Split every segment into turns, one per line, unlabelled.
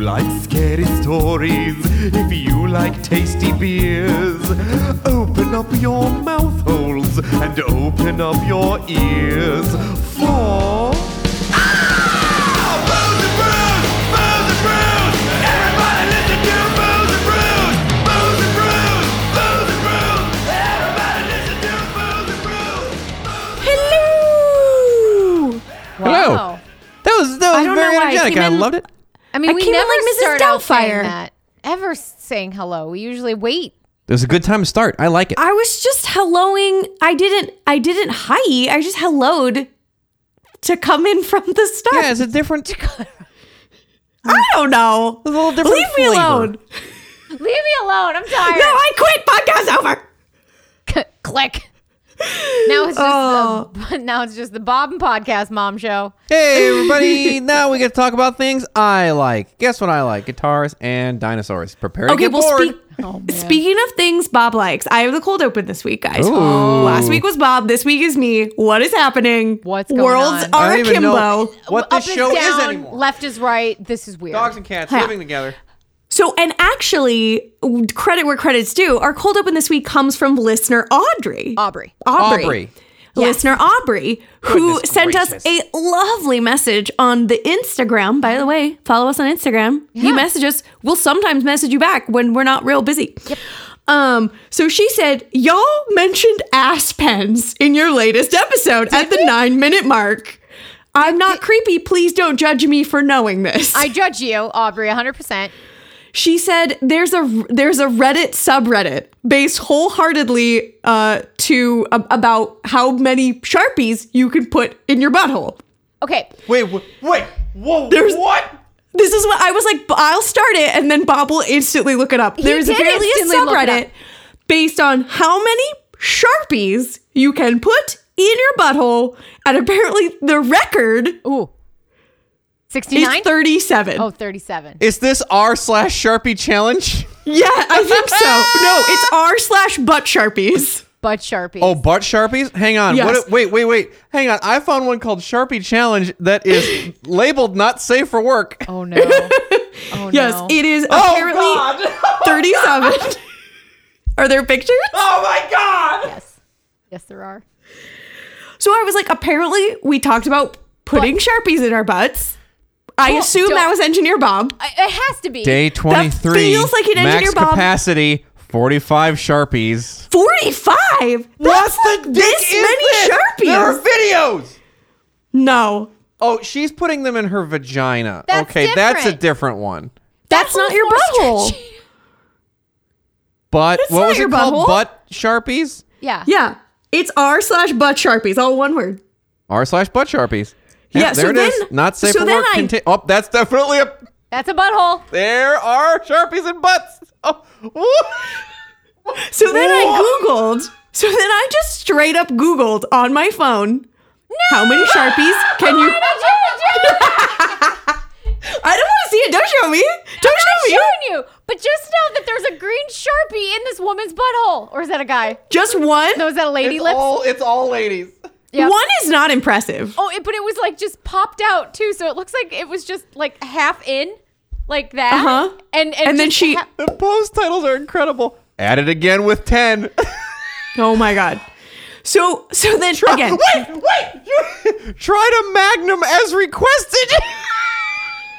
like scary stories, if you like tasty beers, open up your mouth holes and open up your ears for.
Hello.
Hello.
Wow.
That was that
I
was
don't
very
know why I
energetic.
came
I
in-
loved it.
I mean,
I
we
came in
never
like Mrs.
start out saying
Doubtfire.
that. Ever saying hello, we usually wait.
It was a good time to start. I like it.
I was just helloing. I didn't. I didn't hi. I just helloed to come in from the start.
yeah, it's a different,
I don't know.
a little different.
Leave me
flavor.
alone.
Leave me alone. I'm
No,
tired.
I quit. Podcast over.
Click. Now it's just
Oh.
the, now it's just the Bob and Podcast Mom Show.
Hey everybody! now we get to talk about things I like. Guess what I like? Guitars and dinosaurs. Prepare to
Okay,
get
well,
bored.
speak,
Oh,
speaking of things Bob likes, I have the cold open this week, guys.
Ooh.
Last week was Bob. This week is me. What is happening?
What's going
Worlds
on?
are
I don't even
akimbo.
know what this
Up
show
is
is
down,
anymore.
left is right. This is weird.
Dogs and cats
Yeah.
living together.
So, and actually, credit where credit's due, our cold open this week comes from listener Audrey.
Aubrey.
Aubrey.
Aubrey.
Listener Aubrey, who
Goodness
sent us a
gracious.
lovely message on the Instagram. By the way, follow us on Instagram. You message us. We'll sometimes message you back when we're not real busy. Um, so she said, Y'all mentioned ass pens in your latest episode at the nine minute mark. I'm not creepy. Please don't judge me for knowing this.
I judge you, Aubrey, 100%.
She said there's a there's a Reddit subreddit based wholeheartedly uh, to ab- about how many sharpies you can put in your butthole.
Okay.
Wait, wh- wait, whoa,
There's-
what?
This is what I was like. I'll start it, and then Bob will instantly look it up. There's
did
apparently a
instantly look it up.
subreddit based on how many sharpies you can put in your butthole, and apparently the record
Ooh.
is
69?
37.
oh, 37.
Is this r slash Sharpie challenge?
Yeah, I think so. no, it's r slash butt sharpies.
Bud Sharpie.
Oh, butt Sharpies? Hang on.
Yes.
What? Wait, wait, wait. Hang on. I found one called Sharpie challenge that is labeled not safe for work.
Oh, no. Oh,
Yes,
no.
it is
Oh,
apparently
God.
37. Are there pictures?
Oh my god!
Yes. Yes, there are.
So I was like, apparently we talked about putting Sharpies in our butts. I assume
don't-
that was Engineer Bob.
I, it has to be.
Day twenty three.
feels like an engineer,
max
Bob.
capacity forty five Sharpies.
45? That's
What the
this
dick is
many
this?
Sharpies?
There are videos.
No.
Oh, she's putting them in her vagina.
That's
okay, that's a
different.
different one.
That's not your butthole.
But
That's
what
not
was
your
it called?
butthole.
Butt Sharpies?
Yeah.
Yeah. It's R slash butt Sharpies, all one word.
R slash butt Sharpies.
Yeah, so
there it is.
then-
Not safe
so
for
then
work.
I-
Conti- oh, that's definitely a.
That's a butthole.
There are Sharpies and butts. Oh, woo.
So then I
Whoa.
Googled. So then I just straight up Googled on my phone. How many Sharpies can you. I don't want to see it. Don't show me. Don't show me.
showing you. But just know that there's a green Sharpie in this woman's butthole. Or is that a guy?
Just one.
No, is that a lady
It's
lips?
all, it's all ladies.
Yeah.
One is not impressive.
Oh, it, but it was like just popped out too, so it looks like it was just like half in, like that.
Uh-huh.
And and,
And then
just
she-
ha-
The post titles are incredible. Add it again with 10.
Oh my god. So so then again.
wait. you- Try to magnum as requested.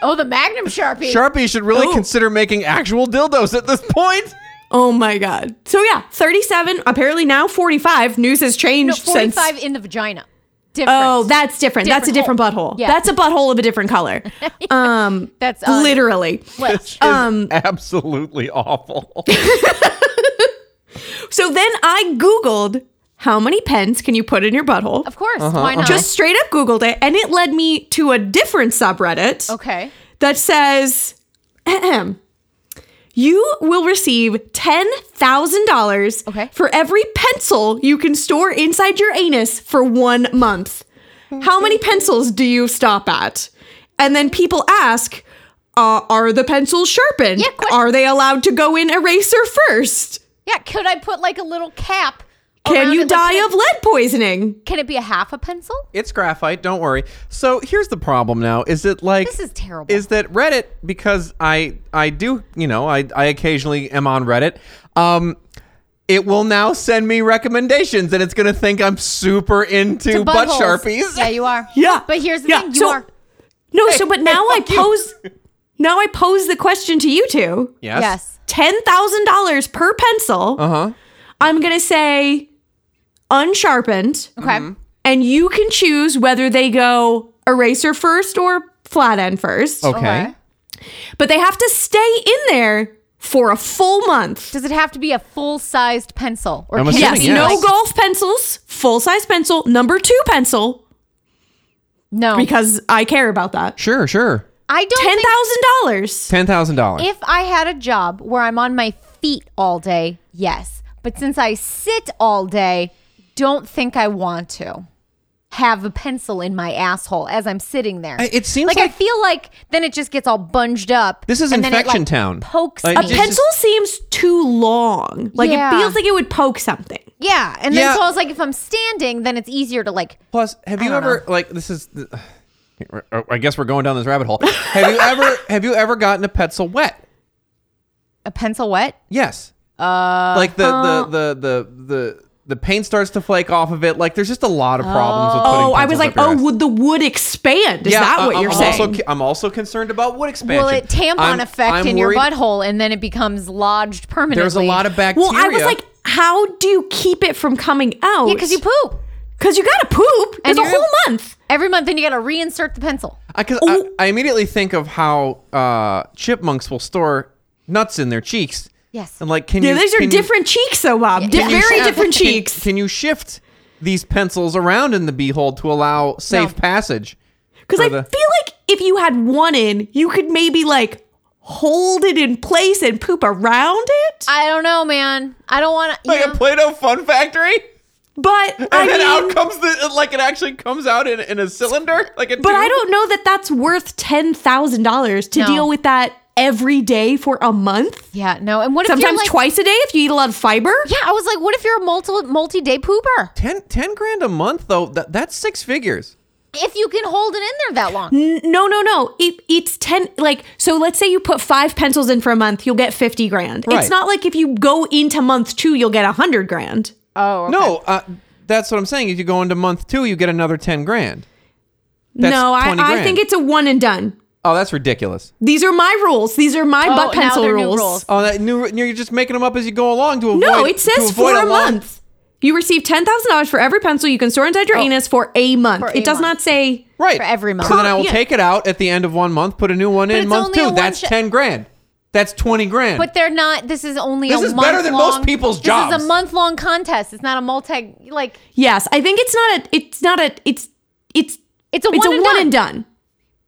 oh, the Magnum Sharpie.
Sharpie should really
Oh.
consider making actual dildos at this point.
Oh my god. So yeah, 37, apparently now 45. News has
no,
changed since
forty-five in the vagina. Different.
Oh, that's different. that's a
Different
different
hole.
butthole.
Yeah.
That's a butthole of a different color. Um
that's uh,
literally.
What?
um, absolutely awful.
So then I googled how many pens can you put in your butthole?
Of course. Why not?
Uh-huh, Just straight up googled it and it led me to a different subreddit.
okay.
that says, ahem, you will receive $10,000
Okay.
for every pencil you can store inside your anus for one month. How many pencils do you stop at? And then people ask, uh, are the pencils sharpened?
Yeah, question-
are they allowed to go in eraser first?
Yeah. Could I put like a little cap
Can
Around
you
it, like,
die
can-
of lead poisoning?
Can it be a half a pencil?
It's graphite. Don't worry. So here's the problem now: is that like
This is terrible.
Is that Reddit? Because I I do you know I I occasionally am on Reddit. Um, it will now send me recommendations, and it's gonna think I'm super into
To
butt
buttholes.
sharpies.
Yeah, you are.
Yeah.
But here's the
Yeah.
thing you
So-
are.
No, so but now I
fuck you.
pose now I pose the question to you two.
Yes.
yes.
Ten thousand dollars per pencil.
Uh huh.
I'm gonna say unsharpened,
Okay.
Mm-hmm.
and you can choose whether they go eraser first or flat end first.
Okay.
Okay.
But they have to stay in there for a full month.
Does it have to be a full sized pencil? Or
I'm
can it
Yes,
assuming
be
yes.
no
like-
golf pencils, full size pencil, number two pencil,
Oh.
No.
because I care about that.
Sure. Sure.
I don't
Ten
think
thousand dollars.
Ten thousand dollars.
if I had a job where I'm on my feet all day, yes. But since I sit all day, don't think I want to have a pencil in my asshole as I'm sitting there.
I- it seems
like, I
like-
feel like then it just gets all bunged up.
This is
and then it,
infection
like,
town.
Pokes
Like,
me.
It's just-
Pencil seems too long. Like
Yeah.
it feels like it would poke something.
yeah, and then
Yeah.
so I was like, if I'm standing, then it's easier to like.
Plus, have you
don't
ever like this is? I guess we're going down this rabbit hole. Have you ever have you ever gotten a pencil wet?
A pencil wet?
Yes. Uh, like the, the the the the the paint starts to flake off of it. Like there's just a lot of problems with putting
Oh, I was
pencils
like,
up your
oh,
ass.
would the wood expand? Is that
I-
what
I'm
you're saying?
also, I'm also concerned about wood expansion.
Will it tampon
I'm-
effect
I'm
in your
worried-
butthole and then it becomes lodged permanently?
There's a lot of bacteria.
well, I was like, how do you keep it from coming out?
Yeah, because you poop
because you gotta poop. It's
And
a
you're-
whole month.
every month, then you got to reinsert the pencil.
because I,
oh.
I immediately think of how uh, chipmunks will store nuts in their cheeks.
Yes.
And like, can
Yeah,
you?
these are
can you-
different cheeks, though, Bob. Di-
yeah.
very
Yeah.
different
can-
cheeks.
Can you shift these pencils around in the beehole to allow safe
No.
passage?
Because I
for the-
feel like if you had one in, you could maybe like hold it in place and poop around it.
I don't know, man. I don't want to.
Like a Play-Doh Fun Factory.
But I
And then
mean,
out comes the like it actually comes out in, in a cylinder like a
but
tube.
I don't know that that's worth ten thousand dollars to
No.
deal with that every day for a month.
yeah, no. And what if you're
Sometimes
like,
twice a day if you eat a lot of fiber.
Yeah, I was like, what if you're a multi multi day pooper?
10, 10 grand a month though that, that's six figures
If you can hold it in there that long,
N- No, no, no. It, it's 10. Like, so let's say you put five pencils in for a month, you'll get 50 grand.
Right.
It's not like if you go into month two, you'll get 100 grand.
Oh,
no uh, that's what i'm saying if you go into month two you get another 10 grand That's
no, I,
20
I
grand.
think it's a one and done.
oh that's ridiculous
These are my rules. These are my
Oh,
butt
now
pencil
they're new
rules.
rules.
oh that new, you're just making them up as you go along to avoid
No, it
to
says
avoid
for a
long-
month. You receive $10,000 for every pencil you can store inside your anus for a month.
Oh. For a
it does
month.
not say.
right
For every month.
so then i will
Yeah.
take it out at the end of one month put a new one
it's
in month
only a
two
one
that's
shot-
10 grand that's 20 grand
but they're not. This is only
This
a
is better than most
month-long-
people's
this This
jobs.
is a month long contest. It's not a multi like.
Yes, I think it's not a. It's not a. It's. It's.
It's a
it's
one
a
and
one
done.
and done.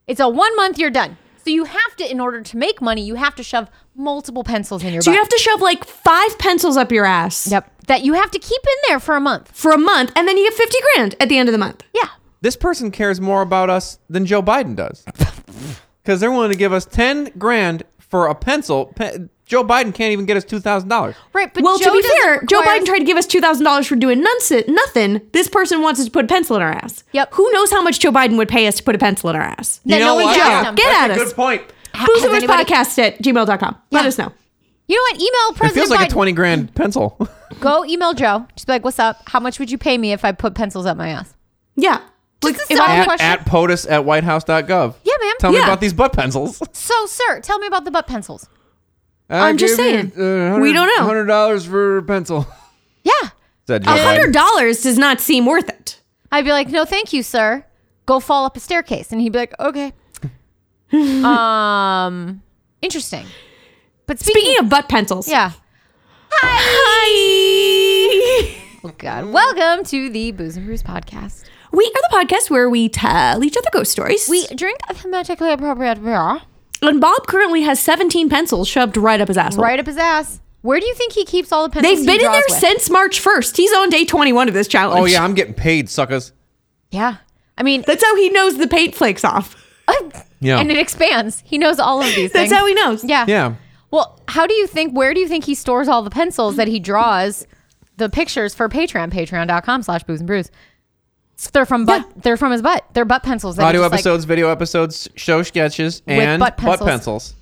It's a one month. You're done. So you have to, in order to make money, you have to shove multiple pencils in your.
So
butt.
you have to shove like five pencils up your ass.
Yep. That you have to keep in there for a month.
for a month, and then you get 50 grand at the end of the month.
Yeah.
this person cares more about us than Joe Biden does. Because they're willing to give us 10 grand for a pencil. Pe- Joe Biden can't even get us $2,000.
Right. But
well,
Joe
to be
doesn't
fair, Joe
require-
Biden tried to give us $2,000 for doing nonce- nothing. This person wants us to put a pencil in our ass.
Yep.
Who knows how much Joe Biden would pay us to put a pencil in our ass?
That no one's
Yeah,
asked him.
Get
that's
at
a
us.
good point.
Booze
has
and Witch
anybody-
Podcast at gmail.com. Let
Yeah.
us know.
You know what? Email
It
President
feels like a
Biden.
20 grand pencil.
Go email Joe. Just be like, "What's up? How much would you pay me if I put pencils up my ass?"
Yeah.
Just a
if
solid
I-
question.
at, at POTUS at whitehouse.gov.
Yeah, ma'am.
Tell
Yeah.
me about these butt pencils.
So, sir, tell me about the butt pencils.
I'm
just saying.
uh,
We don't know.
$100 for a pencil.
Yeah.
Said Joe Biden.
$100 does not seem worth it.
I'd be like, no, thank you, sir. Go fall up a staircase. And he'd be like, okay. um, interesting. But speaking,
Speaking of butt pencils.
yeah.
Hi.
Oh, God. Welcome to the Booze and Brews podcast.
We are the podcast where we tell each other ghost stories.
We drink a thematically appropriate beer
and Bob currently has 17 pencils shoved right up his asshole.
right up his ass. Where do you think he keeps all the pencils?
They've
he
been in
draws
there
with?
since March 1st. He's on day 21 of this challenge.
Oh, yeah, I'm getting paid, suckers.
Yeah. I mean,
That's how he knows the paint flakes off.
Yeah.
and it expands. He knows all of these
That's
things.
how he knows.
Yeah.
Yeah.
Well, how do you think? Where do you think he stores all the pencils that he draws the pictures for Patreon, patreon.com slash booze and brews. So they're from butt. They're from his butt. They're butt pencils. that are
Audio
just, like-
episodes, video episodes, show sketches, and
butt
butt
pencils.
pencils.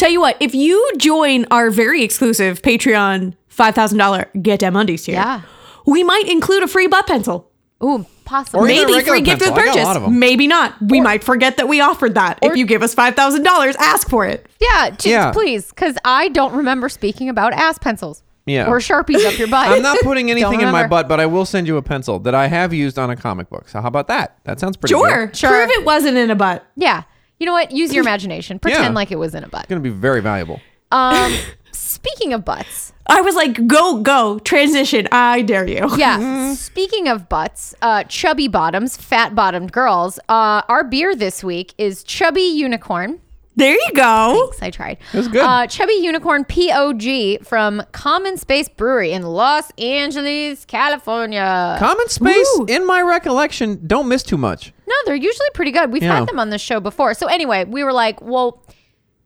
Tell you what, if you join our very exclusive Patreon $5,000 Get Dem Undies tier,
Yeah.
we might include a free butt pencil.
ooh,
Or
possibly.
even a
Maybe
regular
free gift with
pencil. I got a lot of
purchase.
'em.
Maybe not. We might forget that we offered that. if you give us $5,000, ask for it.
yeah, just
Yeah.
please, because I don't remember speaking about ass pencils.
Yeah.
Or sharpies up your butt.
I'm not putting anything in my
remember.
butt, but I will send you a pencil that I have used on a comic book. So how about that? That sounds pretty good.
Sure.
It's
Sure.
Prove it wasn't in a butt.
yeah. You know what? Use your imagination. Pretend
Yeah.
like it was in a butt.
going to be very valuable.
Um, speaking of butts,
I was like, go, go, transition. I dare you.
Mm-hmm.
yeah. speaking of butts, uh, chubby bottoms, fat bottomed girls. Uh, our beer this week is Chubby Unicorn.
There you go.
Thanks, I tried. It
was good.
Uh, Chubby Unicorn POG from Common Space Brewery in Los Angeles, California.
Common space,
Woo.
in my recollection, don't miss too much.
no, they're usually pretty good. We've
Yeah.
had them on the show before. So anyway, we were like, well,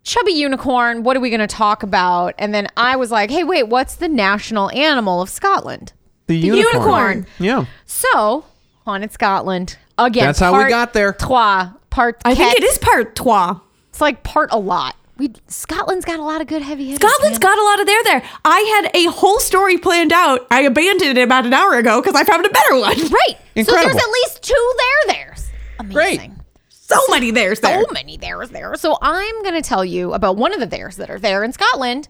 Chubby Unicorn, what are we going to talk about? And then I was like, hey, wait, what's the national animal of Scotland?
The,
unicorn.
Yeah.
So, Haunted Scotland. Again,
That's how we
part
got there.
Trois, part
I think
cat.
it is part trois.
It's like part a lot. We Scotland's got a lot of good heavy hitters.
Scotland's
man.
got a lot of there there. I had a whole story planned out. I abandoned it about an hour ago because I found a better one.
Right. So
Incredible.
there's at least two there there's.
Great.
Amazing.
So many there's there.
So many there's there. So I'm going to tell you about one of the there's that are there in Scotland,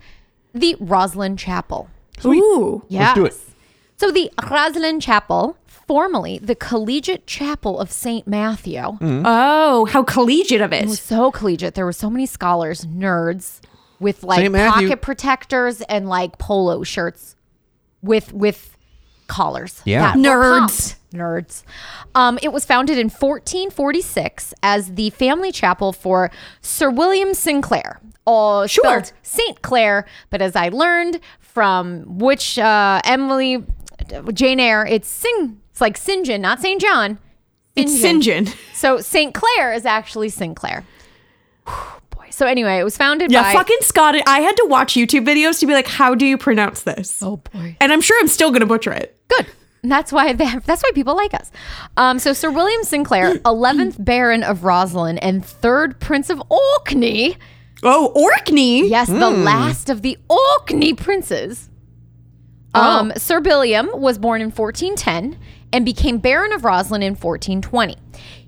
the Roslyn Chapel.
Ooh.
Yeah.
do it.
So the Roslyn Chapel, formerly the Collegiate Chapel of St. Matthew,
Oh, how collegiate of
was
it.
so collegiate. There were so many scholars, nerds with like
St. Matthew-
pocket protectors and like polo shirts with with collars.
Yeah.
were
Nerds.
pumped. Nerds. Um, it was founded in 1446 as the family chapel for Sir William Sinclair. All
Sure.
spelled St. Clair, but as I learned from which uh, Emily Jane Eyre, it's Sing. It's like St. John, not St. John.
It's St. John.
So St. Clair is actually Sinclair. Whew, boy. So anyway, it was founded
Yeah,
by
fucking Scott. I had to watch YouTube videos to be like, how do you pronounce this?
Oh boy.
And I'm sure I'm still going to butcher it.
Good. And That's why they have, that's why people like us. Um, so Sir William Sinclair, eleventh Baron of Roslyn and third Prince of Orkney.
Oh, Orkney.
Yes, the last of the Orkney princes.
Oh.
Um, Sir William was born in 1410 and became Baron of Roslyn in 1420.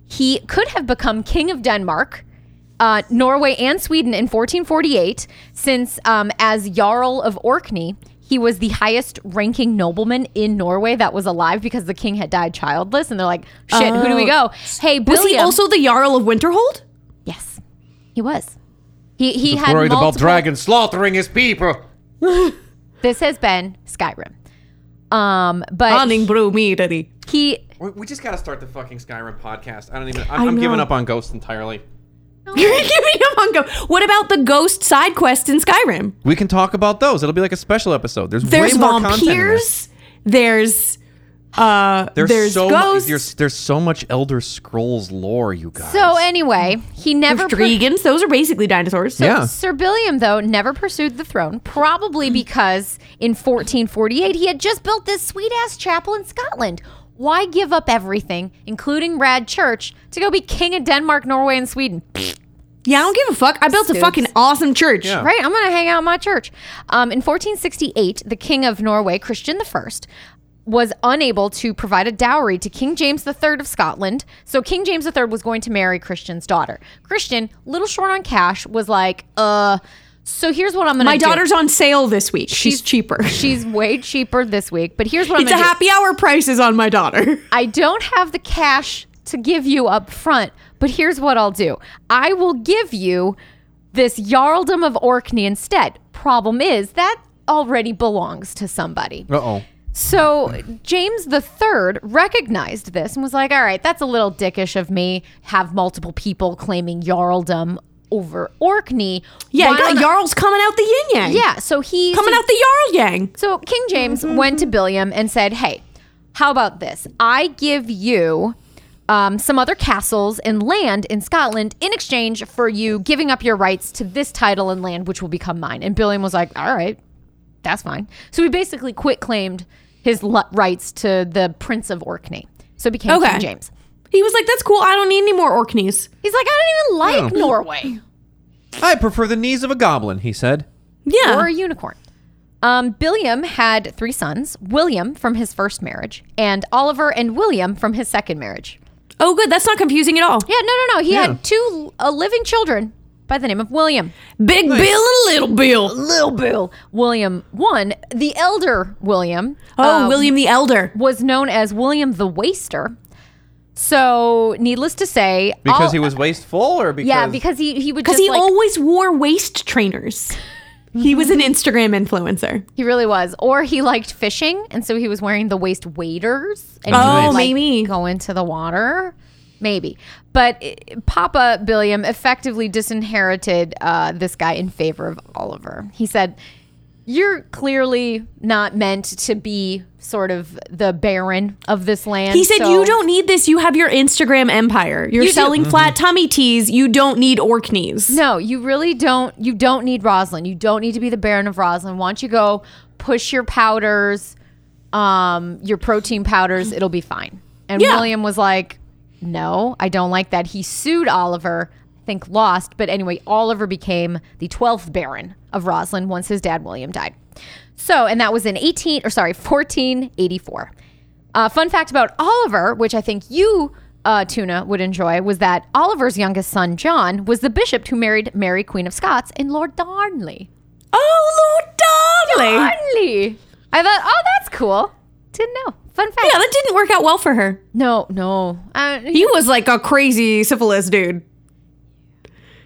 He could have become King of Denmark, uh, Norway, and Sweden in 1448, since um, as Jarl of Orkney, he was the highest ranking nobleman in Norway that was alive because the king had died childless. And they're like, shit, who do we go? Hey, William.
Oh. Was he also the Jarl of Winterhold?
Yes, he was. He, he had
Worried about
multiple-
dragon slaughtering his people.
this has been Skyrim. Um, but
Anning brew me, daddy.
he
We, we just got to start the fucking Skyrim podcast. I don't even.
I
I'm, I'm giving
know.
up on ghosts entirely.
You're giving up on go. What about the ghost side quest in Skyrim?
We can talk about those. It'll be like a special episode. There's,
There's
way more content in there.
vampires. There's uh
There's,
there's,
so much.
ghosts.
There's, there's so much Elder Scrolls lore, you guys.
so anyway, he
there's
never pur-
dragons. Those are basically dinosaurs.
yeah.
Sir Billiam though never pursued the throne, probably because in 1448 he had just built this sweet ass chapel in Scotland. Why give up everything, including Rad Church, to go be king of Denmark, Norway, and Sweden?
Yeah, I don't give a fuck. I built a
Stoops.
fucking awesome church.
Yeah.
Right, I'm going to hang out in my church. Um, in 1468, the king of Norway, Christian I, was unable to provide a dowry to King James III of Scotland. So King James III was going to marry Christian's daughter. Christian, little short on cash, was like, uh, so here's what I'm going to do.
My daughter's on sale this week. She's, cheaper.
She's way cheaper this week, but here's what
it's a
I'm going to do.
happy hour prices on my daughter.
I don't have the cash to give you up front, but here's what I'll do. I will give you this Jarldom of Orkney instead. Problem is, that already belongs to somebody.
Uh oh.
So James III recognized this and was like, all right, that's a little dickish of me. Have multiple people claiming Jarldom over Orkney.
Yeah,
Why
I got
don't I-
Jarl's coming out the yin yang.
Yeah, so he
Coming
so-
out the Jarl yang.
so King James went to Billiam and said, "Hey, how about this? I give you um, some other castles and land in Scotland in exchange for you giving up your rights to this title and land, which will become mine." And Billiam was like, "All right, that's fine." So he basically quit claimed his li- rights to the Prince of Orkney. So it became
Okay.
King James.
He was like, that's cool. I don't need any more Orkneys.
He's like, I don't even like Norway
I prefer the knees of a goblin, he said.
Yeah.
or a unicorn. Um, Billiam had three sons William from his first marriage, and Oliver and William from his second marriage.
oh, good. That's not confusing at all.
Yeah, no, no, no. He
Yeah.
had two uh, living children by the name of William.
Big Bill and Little Bill.
Little Bill. William one, the elder William.
Oh,
um,
William the Elder.
was known as William the Waster. So, needless to say,
Because
all-
he was wasteful or because
yeah, because he he would
Because
just
he
like,
always wore waist trainers. he was
Mm-hmm.
an Instagram influencer.
he really was, or he liked fishing, and so he was wearing the waist waders. And he
Oh,
would, like,
maybe.
go into the water, maybe. But i Papa Billiam effectively disinherited uh, this guy in favor of Oliver. He said. You're clearly not meant to be sort of the baron of this land.
He said,
so-
You don't need this. You have your Instagram empire. You're
You do-
selling flat
Mm-hmm.
tummy tees. You don't need Orkneys.
No, you really don't. You don't need Roslyn. You don't need to be the Baron of Roslyn. Why don't you go push your powders, um, your protein powders? It'll be fine. And
Yeah.
William was like, "No, I don't like that." He sued Oliver. I think lost, but anyway, Oliver became the twelfth Baron of Roslyn once his dad William died. So, and that was in eighteen or sorry, fourteen eighty four. Uh, fun fact about Oliver, which I think you, uh, Tuna, would enjoy, was that Oliver's youngest son, John, was the bishop who married Mary, Queen of Scots, and Lord Darnley.
Oh, Lord Darling.
Darnley! I thought, oh, that's cool. Didn't know. Fun fact.
Yeah, that didn't work out well for her.
no, no. Uh,
He was like a crazy syphilis dude.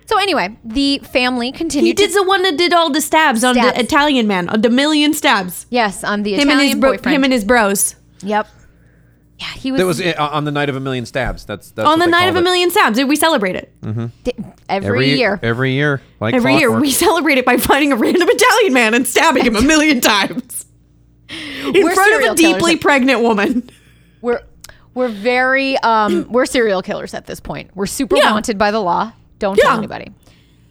so anyway, the family continued.
He
to-
did the one that did all the stabs, on
Stabs.
the Italian man, on the million stabs.
yes, on the
Him
Italian
and his bro-
boyfriend.
him and his bros.
yep. Yeah, he was,
That was uh, on the night of a million stabs. That's, that's
on the
what they
night of
called
a
it.
million stabs, did we celebrate it?
di- every, year.
Every year, like
Every year,
clockwork.
we celebrate it by finding a random Italian man and stabbing him a million times in
We're
front of
serial
a
killers.
deeply pregnant woman.
we're we're very um we're serial killers at this point. We're super
Yeah.
wanted by the law. Don't
Yeah.
tell anybody.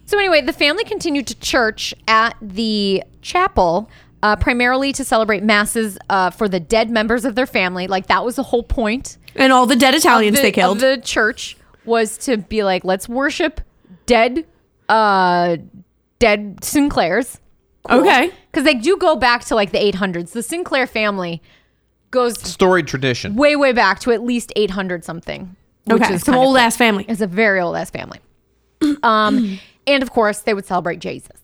So anyway, the family continued to church at the chapel. Uh, primarily to celebrate masses uh, for the dead members of their family, like that was the whole point.
And all the dead Italians
the,
they killed.
of the church was to be like, let's worship dead, uh, dead Sinclairs
okay.
because they do go back to like the 800s. The Sinclair family goes
Storied tradition.
way way back to at least 800 something which
Okay.
is
Some
kind of
old
cool.
ass family.
it's a very old ass family um and of course they would celebrate jesus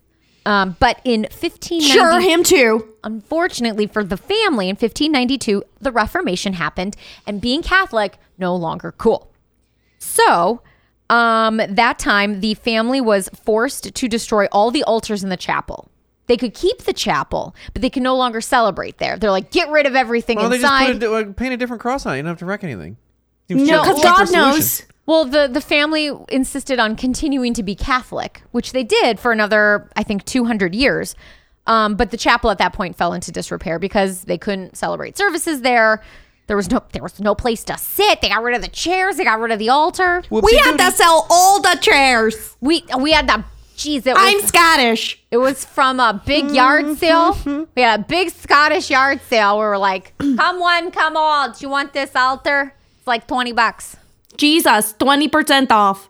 um but in 1590
Sure, him too.
unfortunately for the family in 1592 the reformation happened and being catholic no longer cool so um that time the family was forced to destroy all the altars in the chapel they could keep the chapel, but they can no longer celebrate there. They're like, get rid of everything
Well, they
inside.
just put a, di- uh, paint a different cross on it. You don't have to wreck anything.
No, because God knows.
Well, the, the family insisted on continuing to be Catholic, which they did for another, I think, 200 years. Um, but the chapel at that point fell into disrepair because they couldn't celebrate services there. There was no there was no place to sit. They got rid of the chairs. They got rid of the altar.
We had to sell all the chairs.
We we had the geez, it
I'm
was,
Scottish.
it was from a big yard sale. We had a big Scottish yard sale where we're like, come one, come all. Do you want this altar? It's like twenty bucks.
Jesus, 20% off.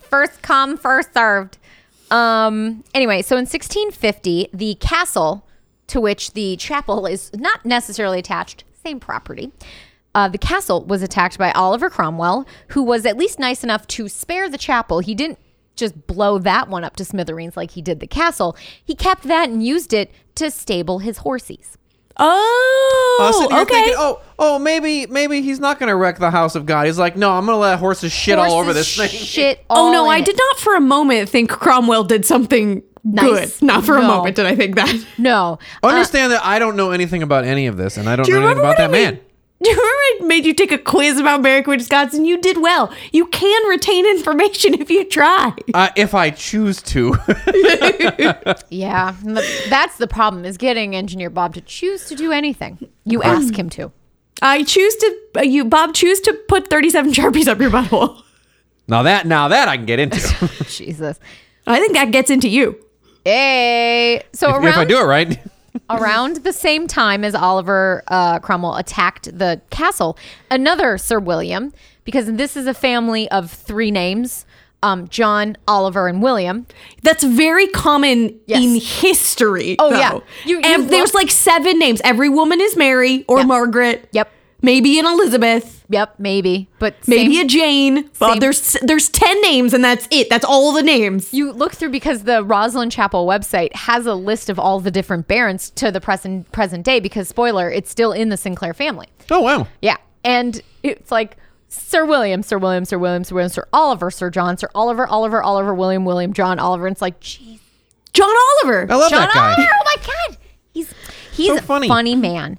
first come, first served. Um, anyway, so in 1650, the castle to which the chapel is not necessarily attached, same property. Uh, the castle was attacked by Oliver Cromwell, who was at least nice enough to spare the chapel. He didn't just blow that one up to smithereens like he did the castle. He kept that and used it to stable his horses.
Oh,
Us sitting here
okay.
thinking, oh, oh, maybe, maybe he's not going to wreck the house of God. He's like, no, I'm going to let horses shit all over this
Horses
thing.
Shit
Oh
all
no,
in
I
it.
did not for a moment think Cromwell did something
Nice.
good. Not for a
No.
moment did I think that.
No.
Understand that I don't know anything about any of this, and I don't
Do you
know anything
remember what
about that
I made-
man.
Do you remember I made you take a quiz about Mary Queen of Scots and you did well. You can retain information if you try.
Uh, if I choose to,
Yeah, and the- that's the problem is getting engineer Bob to choose to do anything you ask him to.
I choose to uh, you Bob choose to put 37 Sharpies up your butthole.
now that now that I can get into. if,
Jesus.
I think that gets into you.
Hey, so
if
around
I do it right,
around the same time as Oliver uh, Cromwell attacked the castle, another Sir William, because this is a family of three names um, John, Oliver, and William.
That's very common
Yes.
in history.
Oh,
though.
yeah. You-
and
you
there's
look-
like seven names. Every woman is Mary or
Yeah.
Margaret.
Yep.
Maybe an Elizabeth.
Yep, maybe. But
Maybe
same-
a Jane. But there's there's ten names and that's it. That's all the names.
you look through because the Roslyn Chapel website has a list of all the different barons to the present present day because spoiler, it's still in the Sinclair family.
Oh wow.
Yeah. And it's like Sir William, Sir William, Sir William, Sir William, Sir Oliver, Sir John, Sir Oliver, Oliver, Oliver, William, William, John, Oliver. And it's like, geez,
John Oliver.
I love
John
that guy.
Oliver, oh my God. He's he's
So
a
funny.
funny man.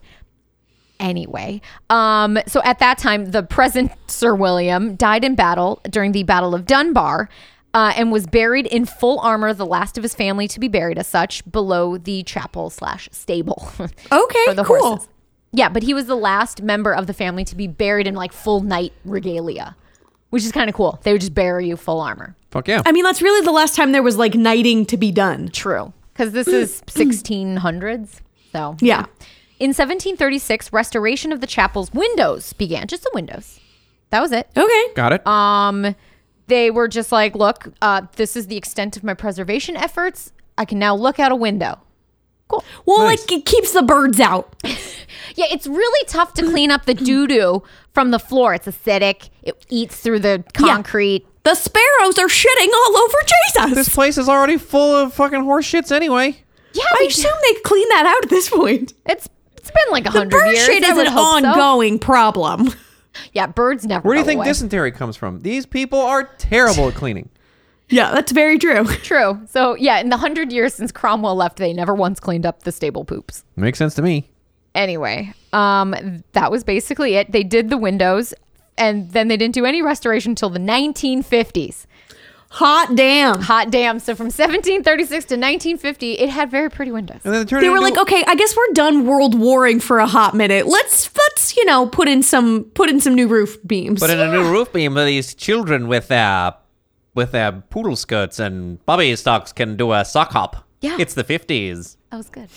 Anyway, um, so at that time, the present Sir William died in battle during the Battle of Dunbar uh, and was buried in full armor, the last of his family to be buried as such, below the chapel slash stable.
Okay,
for the
cool.
horses. Yeah, but he was the last member of the family to be buried in like full knight regalia, which is kind of cool. They would just bury you full armor.
Fuck yeah.
I mean, that's really the last time there was like knighting to be done.
True, because this is 1600s. So
Yeah.
In 1736, restoration of the chapel's windows began. Just the windows. That was it.
Okay.
Got it.
Um, they were just like, look, uh, this is the extent of my preservation efforts. I can now look out a window.
Well,
Nice.
like it keeps the birds out.
Yeah, it's really tough to clean up the doo doo from the floor. It's acidic. It eats through the concrete.
The sparrows are shitting all over
this
Jesus.
place is already full of fucking horse shits anyway.
Yeah,
I
we-
assume they clean that out at this point.
it's it's been like a
The
hundred
bird
years.
shit
I
is
would
an
hope so.
ongoing problem.
Yeah, birds never.
Where do you
go
think
away.
dysentery comes from? These people are terrible at cleaning.
Yeah, that's very true.
True. So yeah, in the hundred years since Cromwell left, they never once cleaned up the stable poops.
Makes sense to me.
Anyway, um, that was basically it. They did the windows, and then they didn't do any restoration until the 1950s.
Hot damn.
Hot damn! So from 1736 to 1950, it had very pretty windows.
And then they turned
They
it
were
into-
like, "Oh, okay, I guess we're done world warring for a hot minute. Let's let's you know put in some put in some new roof beams.
But in a new roof beam, these children with uh, with their poodle skirts and bobby socks can do a sock hop.
Yeah.
It's the 50s.
That was good.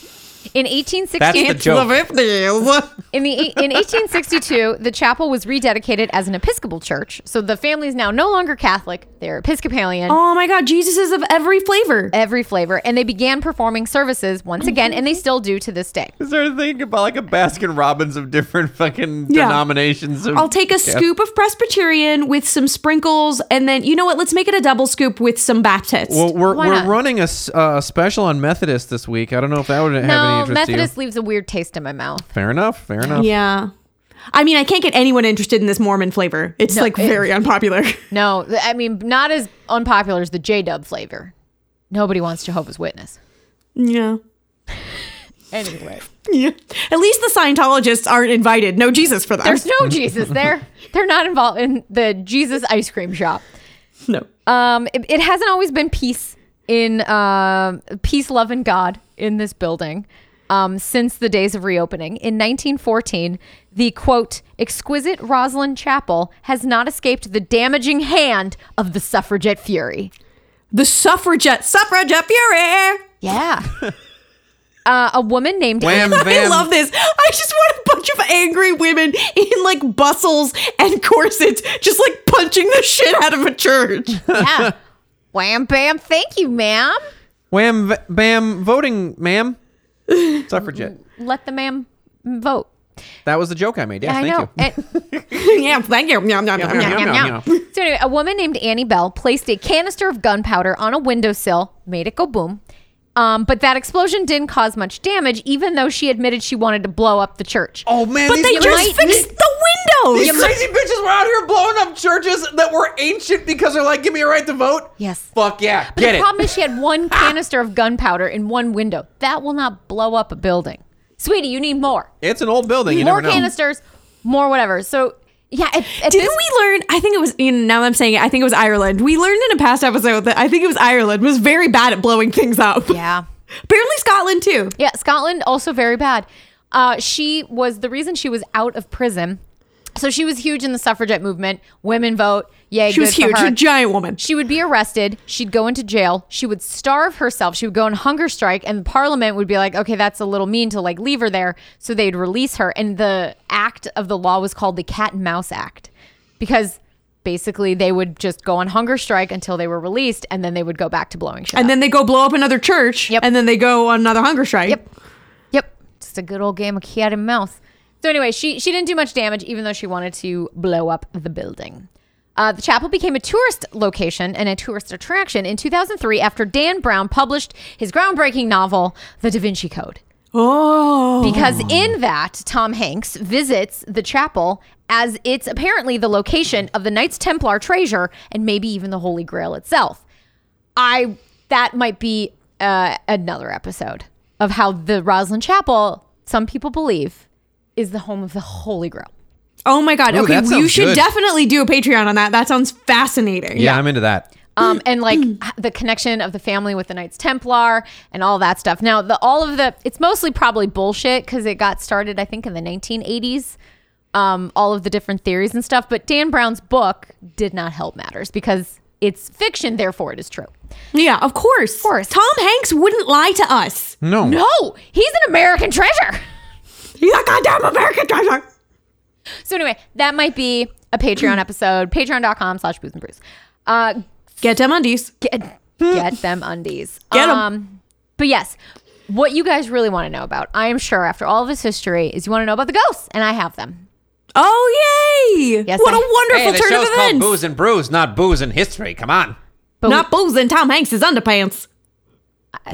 In 1860,
That's the joke.
In the e, in 1862, the chapel was rededicated as an Episcopal church, so the family is now no longer Catholic; they're Episcopalian,
oh my god, Jesus is of every flavor.
every flavor, and they began performing services once again, and they still do to this day.
I started thinking about like a Baskin Robbins of different fucking
Yeah.
denominations. Of,
I'll take a scoop of Presbyterian with some sprinkles, and then you know what? Let's make it a double scoop with some Baptist.
Well, we're,
Why
we're
not?
running a s- uh, special on Methodist this week. I don't know if that would have any
No,
interest
Methodist
to
leaves a weird taste in my mouth.
you. Fair enough. Fair enough.
yeah. I mean, I can't get anyone interested in this Mormon flavor. It's like
it-
very unpopular.
No, th- I mean not as unpopular as the J Dub flavor. Nobody wants Jehovah's Witness.
yeah.
Anyway,
Yeah. At least the Scientologists aren't invited. No Jesus for that.
there's no Jesus there. They're not involved in the Jesus ice cream shop.
no.
Um, it, it hasn't always been peace in um peace, love, and God in this building um, since the days of reopening. In 1914, the quote exquisite Roslyn Chapel has not escaped the damaging hand of the suffragette fury.
The suffragette, suffragette fury.
Yeah. Uh, a woman named
Wham,
I
bam.
love this. I just want a bunch of angry women in like bustles and corsets, just like punching the shit out of a church.
Yeah. Wham Bam. Thank you, ma'am.
Wham, v- bam, voting, ma'am. Suffragette.
Let the ma'am vote.
That was the joke I made. Yes,
I
thank
know.
you.
And-
yeah, thank you. Yum, yum, yum, yum.
yum, yum,
So anyway, a woman named Annie Bell placed a canister of gunpowder on a windowsill, made it go boom. Um, but that explosion didn't cause much damage, even though she admitted she wanted to blow up the church.
Oh man,
But
these
they
guys-
just
might-
fixed the
These
windows.
crazy bitches were out here blowing up churches that were ancient because they're like, give me a right to vote.
Yes.
Fuck yeah.
But
Get
the
it. Ah.
problem is she had one canister of gunpowder in one window. That will not blow up a building. Sweetie, you need more.
it's an old building. You
more
never know.
canisters, more whatever. So yeah, at, at
Didn't
this-
we learn? I think it was. You know, now that I'm saying it, I think it was Ireland. We learned in a past episode that I think it was Ireland was very bad at blowing things up.
Yeah.
Apparently Scotland too.
Yeah, Scotland also very bad. Uh, she was the reason she was out of prison So she was huge in the suffragette movement. Women vote. Yay.
She was
good for
huge,
her.
a giant woman.
She would be arrested. She'd go into jail. She would starve herself. She would go on hunger strike, and Parliament would be like, "Okay, that's a little mean to like leave her there." So they'd release her, and the act of the law was called the Cat and Mouse Act, because basically they would just go on hunger strike until they were released, and then they would go back to blowing shit.
And
up.
then they go blow up another church.
Yep.
And then they go on another hunger strike.
Yep. Yep. Just a good old game of cat and mouse. So anyway, she she didn't do much damage, even though she wanted to blow up the building. Uh, the chapel became a tourist location and a tourist attraction in 2003 after Dan Brown published his groundbreaking novel, The Da Vinci Code.
Oh.
Because in that, Tom Hanks visits the chapel as it's apparently the location of the Knights Templar treasure and maybe even the Holy Grail itself. I that might be uh, another episode of how the Roslyn Chapel, some people believe, is the home of the Holy Grail.
oh my God.
Ooh,
okay.
that
You
sounds
should
good.
definitely do a Patreon on that. That sounds fascinating.
Yeah, I'm into that.
um, and like the connection of the family with the Knights Templar and all that stuff. Now, the all of the it's mostly probably bullshit because it got started, I think, in the 1980s. Um, all of the different theories and stuff, but Dan Brown's book did not help matters because it's fiction, therefore it is true.
Yeah, of course. Of
course.
Tom Hanks wouldn't lie to us.
No.
No, he's an American treasure.
He's a goddamn American treasure.
So anyway, that might be a Patreon episode. Patreon.com slash booze and brews. Uh,
Get them undies.
get, get them undies. Um,
Get 'em.
but yes, what you guys really want to know about, I am sure, after all this history, is you want to know about the ghosts, and I have them.
Oh, yay.
Yes,
what a
I-
Hey,
wonderful
the
turn
show's
of
called
events.
Booze and Brews, not Booze and History. Come on.
But
Not booze in Tom Hanks's underpants.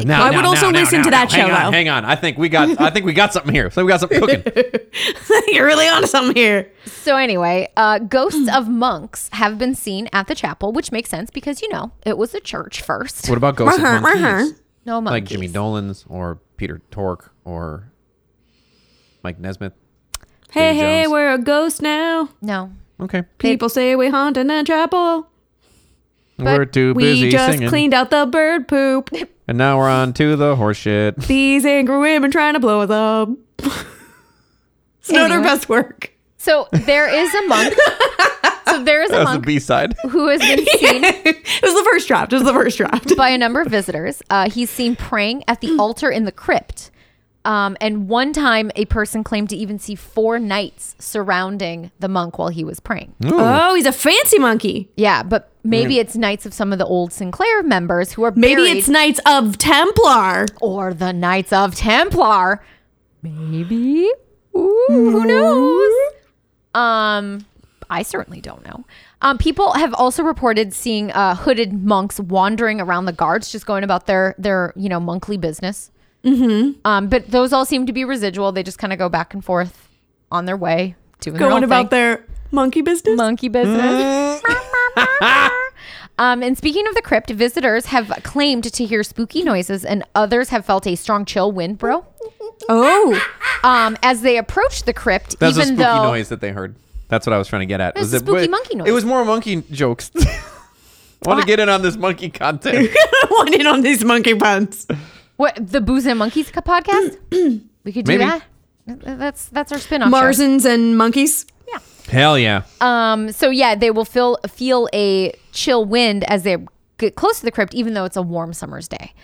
No,
I would also listen to that
Hang
show,
on,
though.
Hang on, I think we got. I think we got something here. So we got something cooking.
You're really onto something here.
we- so anyway, uh, ghosts of monks have been seen at the chapel, which makes sense because you know it was a church first.
What about Ghost of
Uh-huh,
Monkeys?
uh-huh.
No monkeys.
like Jimmy Dolan's or Peter Tork or Mike Nesmith.
Hey,
Davy
hey,
Jones.
we're a ghost now.
No,
Okay.
People say we haunt in the chapel.
we're too
we
busy
just
singing.
cleaned out the bird poop.
and now we're on to the horseshit.
These angry women trying to blow us up. it's not our
Anyway.
best work.
so there is a monk. so there is a
That's the
monk
B side.
who has been seen
it was the first draft. It was the first draft.
by a number of visitors. Uh, he's seen praying at the altar in the crypt. Um, and one time, a person claimed to even see four knights surrounding the monk while he was praying.
Oh, he's a fancy monkey.
Yeah, but maybe it's knights of some of the old Sinclair members who are
Maybe
buried,
it's Knights of Templar.
or the Knights of Templar. Maybe. Ooh,
Hmm.
who knows? Um, I certainly don't know. Um, people have also reported seeing uh, hooded monks wandering around the guards, just going about their their you know monkly business. Mm-hmm. Um, but those all seem to be residual. They just kind of go back and forth on their way, doing their own
Going
thing
about their monkey business.
monkey business.
Mm.
um, and speaking of the crypt, visitors have claimed to hear spooky noises, and others have felt a strong chill wind, bro.
oh,
Um, as they approached the crypt,
That's a
even
spooky
though
noise that they heard. That's what I was trying to get at.
was a spooky monkey noise.
It was more monkey jokes. I want to get in on this monkey content.
one in on these monkey puns.
what the Booze and Monkeys co- podcast, we could do
Maybe.
that. That's that's our spin-off show.
Marzins and monkeys.
Hell yeah.
Oh,
Um, so yeah, they will feel feel a chill wind as they get close to the crypt, even though it's a warm summer's day.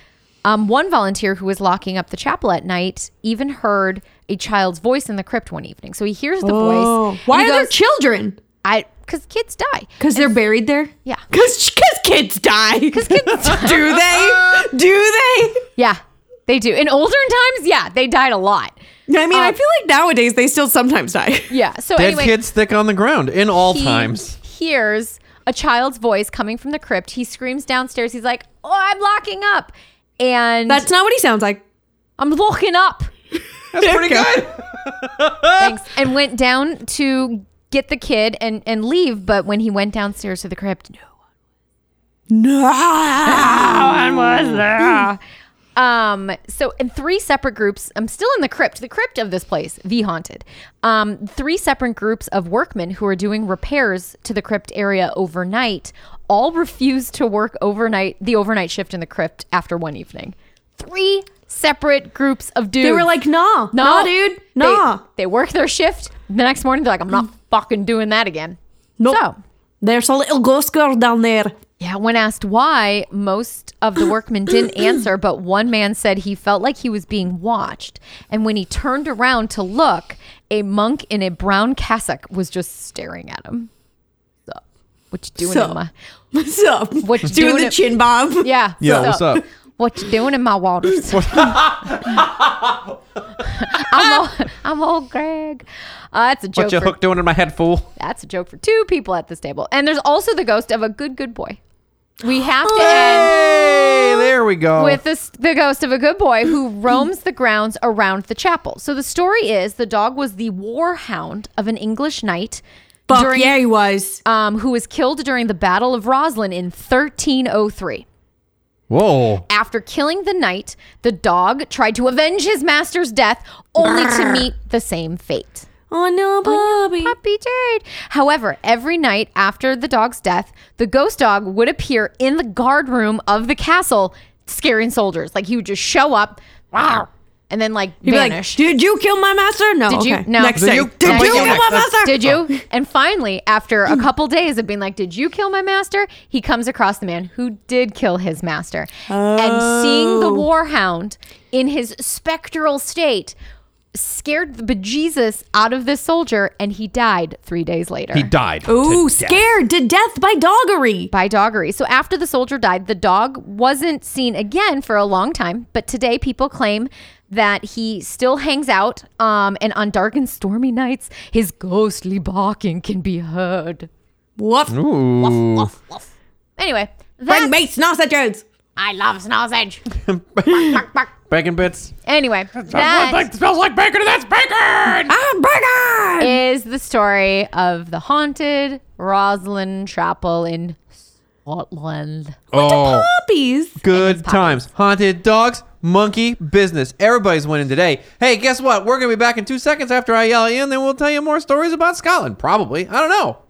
Um, one volunteer who was locking up the chapel at night even heard a child's voice in the crypt one evening. So he hears the
Oh,
voice.
why are
and he
there
goes,
children?
I because kids die.
Because they're buried there.
Yeah.
Because kids die. Because
kids die.
do they? Do they?
Yeah, they do. In older times, yeah, they died a lot.
I mean, I
Uh,
feel like nowadays they still sometimes die.
Yeah. So
Dead
anyway,
kids thick on the ground in all
he
times.
hears a child's voice coming from the crypt. He screams downstairs. He's like, "Oh, I'm locking up," and
That's not what he sounds like.
I'm locking up.
That's pretty good.
Thanks. And went down to get the kid and, and leave. But when he went downstairs to the crypt, no.
Ah, No.
Um, so in three separate groups, I'm still in the crypt, the crypt of this place, the haunted. Um, three separate groups of workmen who are doing repairs to the crypt area overnight all refused to work overnight, the overnight shift in the crypt after one evening. Three separate groups of dudes.
They were like, nah, nah, dude,
They-
nah.
They, work their shift. The next morning, they're like, I'm not fucking doing that again.
Nope.
So,
There's a little ghost girl down there.
yeah, when asked why, most of the workmen didn't answer, but one man said he felt like he was being watched. And when he turned around to look, a monk in a brown cassock was just staring at him. So, what you doing
So.
in my
What's up?
What you
doing,
doing
the
it-
chin bob?
Yeah.
Yeah,
so-
what's up?
What you doing in my waters? I'm old, I'm old Greg. Uh, that's a joke.
What's your
for-
hook doing in my head, fool?
That's a joke for two people at this table. And there's also the ghost of a good, good boy. We have to
Hey, there we
Oh.
go.
end with this, the ghost of a good boy who roams the grounds around the chapel. So the story is the dog was the war hound of an English knight
Fuck
during,
yeah, he was.
um, who was killed during the Battle of Roslyn in 1303.
Whoa.
After killing the knight, the dog tried to avenge his master's death, only to meet the same fate.
Oh no, Bobby.
Happy Jade. However, every night after the dog's death, the ghost dog would appear in the guard room of the castle, scaring soldiers. Like he would just show up, "Rawr," and then like
He'd be like,
vanish.
did you kill my master? No.
Did you-
Oh, okay.
no.
Next
Did
day.
you-
did
Next
you
day.
kill my master?
Did you? And finally, after a couple days of being like, Did you kill my master? He comes across the man who did kill his master. And seeing the warhound in his spectral state scared the bejesus out of this soldier, and he died three days later.
He died.
Ooh,
to death.
scared to death by doggery.
by doggery. So after the soldier died, the dog wasn't seen again for a long time. But today, people claim that he still hangs out, um, and on dark and stormy nights, his ghostly barking can be heard.
What?
Ooh.
Anyway, that's,
Bring me sausages.
I love sausage.
Bacon bits.
anyway, that
smells like bacon, and that's bacon.
Ah, burger.
is the story of the haunted Roslyn Chapel in Scotland.
Oh.
Puppies.
Good times. Haunted dogs, monkey business. Everybody's winning today. Hey, guess what? We're going to be back in two seconds after I yell in, then we'll tell you more stories about Scotland. Probably. I don't know.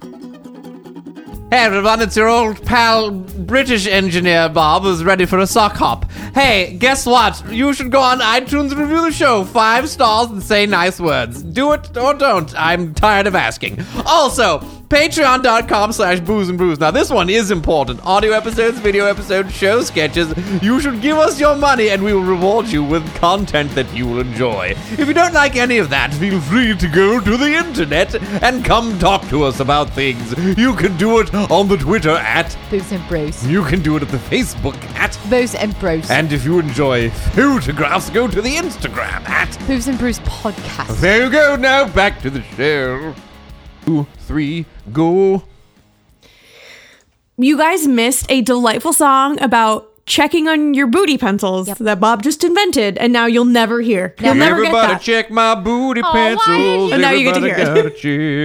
Hey everyone, it's your old pal British engineer Bob who's ready for a sock hop. Hey, guess what? You should go on iTunes review the show five stars and say nice words. Do it or don't. I'm tired of asking. Also, patreon.com slash booze and brews. Now this one is important. Audio episodes, video episodes, show sketches. You should give us your money and we will reward you with content that you will enjoy. If you don't like any of that, feel free to go to the internet and come talk to us about things. You can do it on the Twitter at,
Booze and Bruce.
you can do it at the Facebook at,
Booze and Bruce.
and if you enjoy photographs, go to the Instagram at.
Booze and Bruce podcast.
There you go, now back to the show. Two, three, go.
You guys missed a delightful song about checking on your booty pencils that Bob just invented, and now you'll never hear. You'll never get
Everybody
that.
check my booty
Oh, why did
pencils.
you-
And now you get to
Everybody
hear
Got a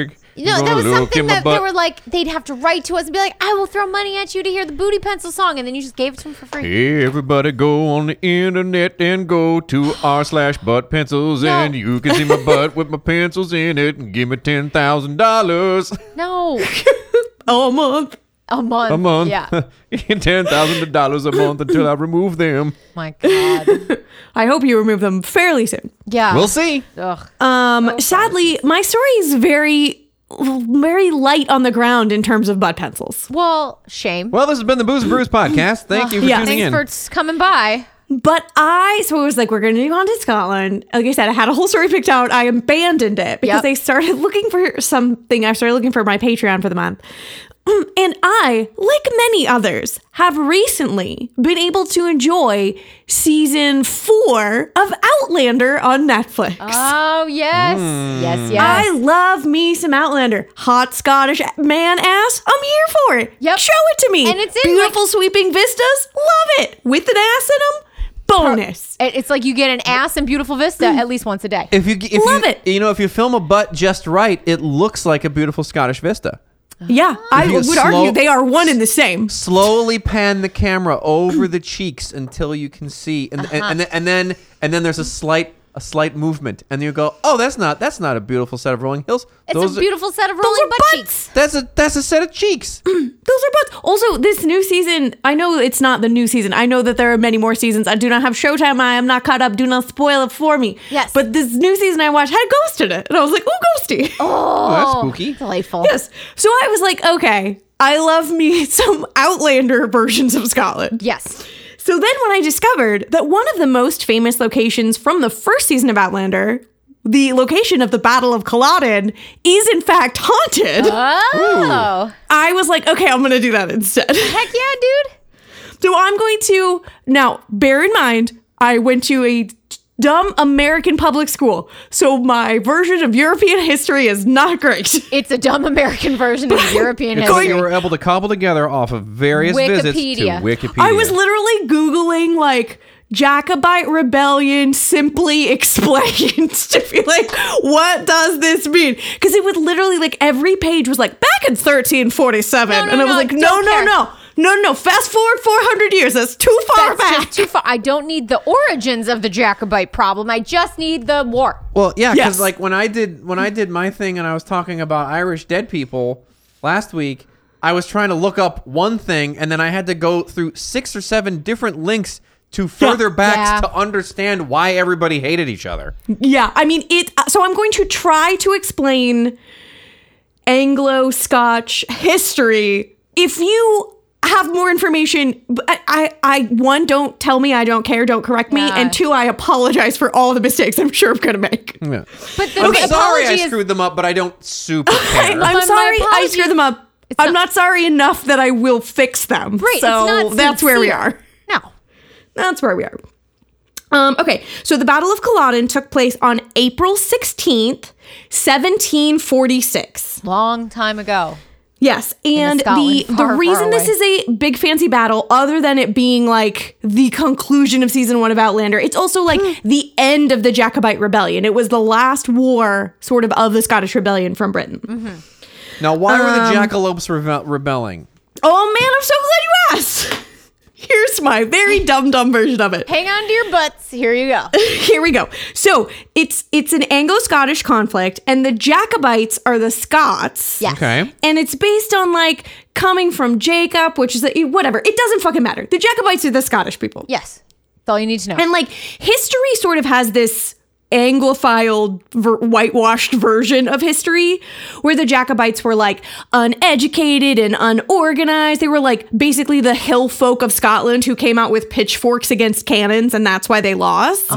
chick.
No,
Gonna
that was
look
something
in my
that they
butt.
were like, they'd have to write to us and be like, I will throw money at you to hear the Booty Pencil song. And then you just gave it to them for free.
Everybody go on the internet and go to r slash butt pencils
No.
and you can see my butt with my pencils in it and give me ten thousand dollars
No.
Oh, month.
A month.
a month.
Yeah.
ten thousand dollars a month until I remove them.
My God.
I hope you remove them fairly soon.
Yeah.
We'll see.
Ugh.
Um, sadly, my story is very, very light on the ground in terms of butt pencils.
Well, shame.
Well, this has been the Booze and Brews podcast. Thank you for
Yeah.
tuning
Thanks
in.
for s- coming by.
But I, so it was like, we're going to move on to Scotland. Like I said, I had a whole story picked out. I abandoned it because
Yep.
I started looking for something. I started looking for my Patreon for the month. And I, like many others, have recently been able to enjoy season four of Outlander on Netflix.
Oh, yes. Yes, yes.
I love me some Outlander. Hot Scottish man ass. I'm here for it.
Yep.
Show it to me.
And it's in,
beautiful sweeping vistas. Love it. With an ass in them. Bonus.
It- it's like you get an ass and beautiful vista at least once a day.
if you if
Love
you,
it.
you know if you film a butt just right, it looks like a beautiful Scottish vista.
yeah, I
you
would
slow-
argue they are one and the same.
slowly pan the
Uh-huh.
camera over the cheeks until you can see and and, and, then, and then and then there's a slight a slight movement, and you go, "Oh, that's not that's not a beautiful set of rolling hills.
It's
those
a
are-
beautiful set of
Those
rolling
are
butt
butts.
cheeks.
that's a that's a set of cheeks.
Those are butts. Also, this new season, I know it's not the new season. I know that there are many more seasons. I do not have Showtime. I am not caught up. Do not spoil it for me.
Yes.
But this new season I watched had a ghost in it. And I was like, oh, ghosty.
Oh,
that's spooky.
Delightful.
Yes. So I was like, okay, I love me some Outlander versions of Scotland.
Yes.
So then when I discovered that one of the most famous locations from the first season of Outlander, the location of the Battle of Culloden, is in fact haunted,
Oh.
I was like, okay, I'm going to do that instead.
Heck yeah, dude.
So I'm going to now bear in mind, I went to a dumb American public school. So my version of European history is not great.
It's a dumb American version of European
It's like
history.
you were able to cobble together off of various visits to
Wikipedia.
Wikipedia.
I was literally Googling like Jacobite rebellion simply explained to be like, what does this mean? Because it would literally like every page was like back in 1347.
No, no,
and I was
no,
like, no,
don't
no,
care.
no. No, no, fast forward 400 years. That's too far
That's
back.
just too far. I don't need the origins of the Jacobite problem. I just need the war.
Well, yeah, because
Yes.
like when I did when I did my thing and I was talking about Irish dead people last week, I was trying to look up one thing and then I had to go through six or seven different links to further back
Yeah.
to understand why everybody hated each other.
Yeah, I mean it. uh, So I'm going to try to explain Anglo-Scotch history. If you have more information, b- I, I, I- one, don't tell me, I don't care, don't correct me,
Yeah.
and two, I apologize for all the mistakes I'm sure I'm going to make.
Yeah.
But the
I'm sorry I
apology is-
screwed them up, but I don't super
I,
care.
am
But my
sorry I
apologies-
screwed them up.
It's
I'm
not-
not sorry enough that I will fix them.
Right, it's
so
not
that's where we
sincere.
are.
No.
That's where we are. Um, okay, so the Battle of Culloden took place on April 16th, 1746.
Long time ago.
Yes, and
Scotland,
the
far, far
the reason this
away.
is a big fancy battle, other than it being like the conclusion of season one of Outlander, it's also like
Hmm.
the end of the Jacobite Rebellion. It was the last war, sort of, of the Scottish Rebellion from Britain.
Mm-hmm.
now, why were
Um,
the jackalopes rebe- rebelling?
Oh man, I'm so glad you asked. Here's my very dumb dumb version of it.
Hang on to your butts. Here you go.
Here we go. So it's it's an Anglo-Scottish conflict, and the Jacobites are the Scots.
Yes.
Okay.
and it's based on like coming from Jacob, which is a, whatever. It doesn't fucking matter. The Jacobites are the Scottish people.
Yes. That's all you need to know.
And like history sort of has this anglophile ver- whitewashed version of history where the jacobites were like uneducated and unorganized they were like basically the hill folk of scotland who came out with pitchforks against cannons and that's why they lost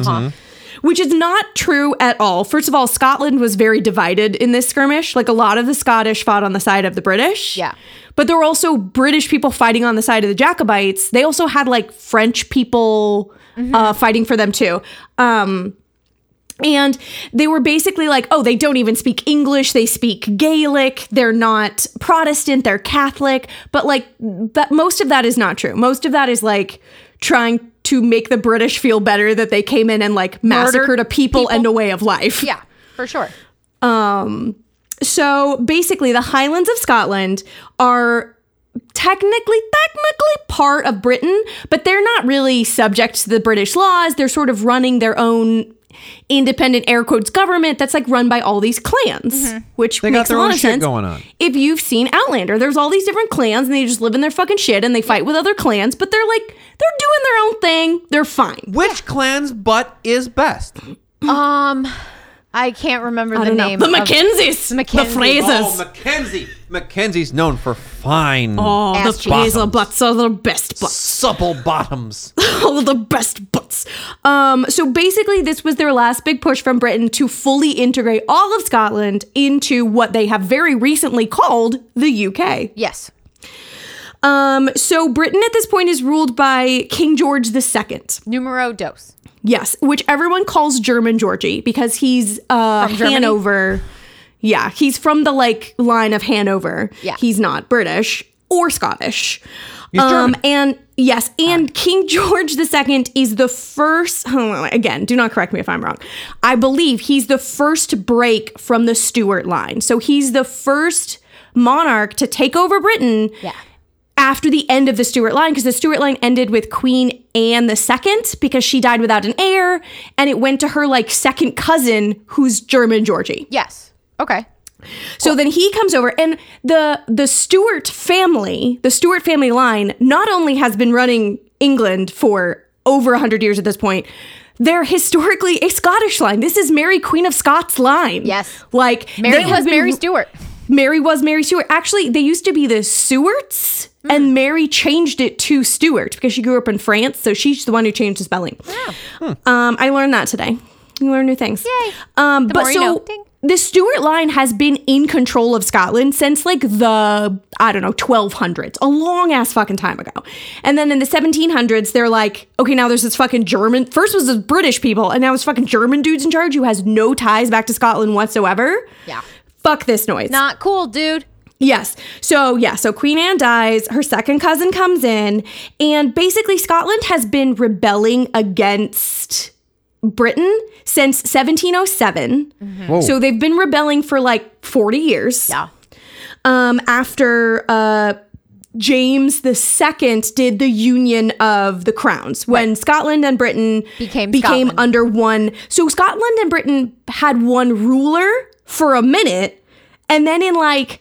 which is not true at all. First of all, Scotland was very divided in this skirmish. Like a lot of the Scottish fought on the side of the British.
Yeah.
But there were also British people fighting on the side of the Jacobites. They also had like French people uh, fighting for them too. Um, and they were basically like, oh, they don't even speak English. They speak Gaelic. They're not Protestant. They're Catholic. But like, that, most of that is not true. Most of that is like trying to make the British feel better that they came in and like massacred a people, and a way of life.
yeah, for sure.
Um, so basically, the Highlands of Scotland are technically technically part of Britain, but they're not really subject to the British laws. They're sort of running their own independent air quotes government that's like run by all these clans, which
Mm-hmm. They got
makes
their
a lot
own
of
shit
sense.
going on.
If you've seen Outlander, there's all these different clans and they just live in their fucking shit and they fight with other clans, but they're like they're doing their own thing. They're fine.
Which clan's butt is best?
Um, I can't remember
I
the
don't know.
name.
The
of-
Mackenzies, the
Mackenzies.
Frasers.
Oh, Mackenzie. Mackenzie's known for fine,
Oh, the
Ass cheeks.
blazer butts are the best butts.
supple bottoms.
All the best butts. Um, so basically, this was their last big push from Britain to fully integrate all of Scotland into what they have very recently called the UK.
Yes.
Um, so Britain at this point is ruled by King George II.
Numero dos.
Yes, which everyone calls German Georgie because he's uh,
From Germany?
Hanover. Yeah, he's from the like line of Hanover.
Yeah.
he's not British or Scottish. Um,
German.
and yes, and King George II is the first. hold on, Again, do not correct me if I'm wrong. I believe he's the first break from the Stuart line. So he's the first monarch to take over Britain
Yeah.
after the end of the Stuart line because the Stuart line ended with Queen Anne II because she died without an heir and it went to her like second cousin who's German Georgie.
Yes. Okay.
So then he comes over, and the the Stuart family, the Stuart family line, not only has been running England for over hundred years at this point, they're historically a Scottish line. This is Mary Queen of Scots line.
Yes.
like
Mary
they have
was
been-
Mary Stewart.
Mary was Mary Stuart. Actually, they used to be the Stewarts,
Hmm.
and Mary changed it to Stuart because she grew up in France, so she's the one who changed the spelling. Um, I learned that today. You learn new things.
Hmm. Yay.
Um,
The
but
more you know.
so
Ding.
the Stuart line has been in control of Scotland since like the I don't know 1200s, a long ass fucking time ago. And then in the 1700s, they're like, okay, now there's this fucking German. First was the British people, and now it's fucking German dudes in charge who has no ties back to Scotland whatsoever.
Yeah.
Fuck this noise.
Not cool, dude.
Yes. So, yeah, so Queen Anne dies, her second cousin comes in, and basically Scotland has been rebelling against Britain since 1707. So they've been rebelling for like 40 years.
Yeah.
Um after uh James II did the union of the crowns when Scotland and Britain
Became
became
Scotland.
under one. So Scotland and Britain had one ruler for a minute, and then in like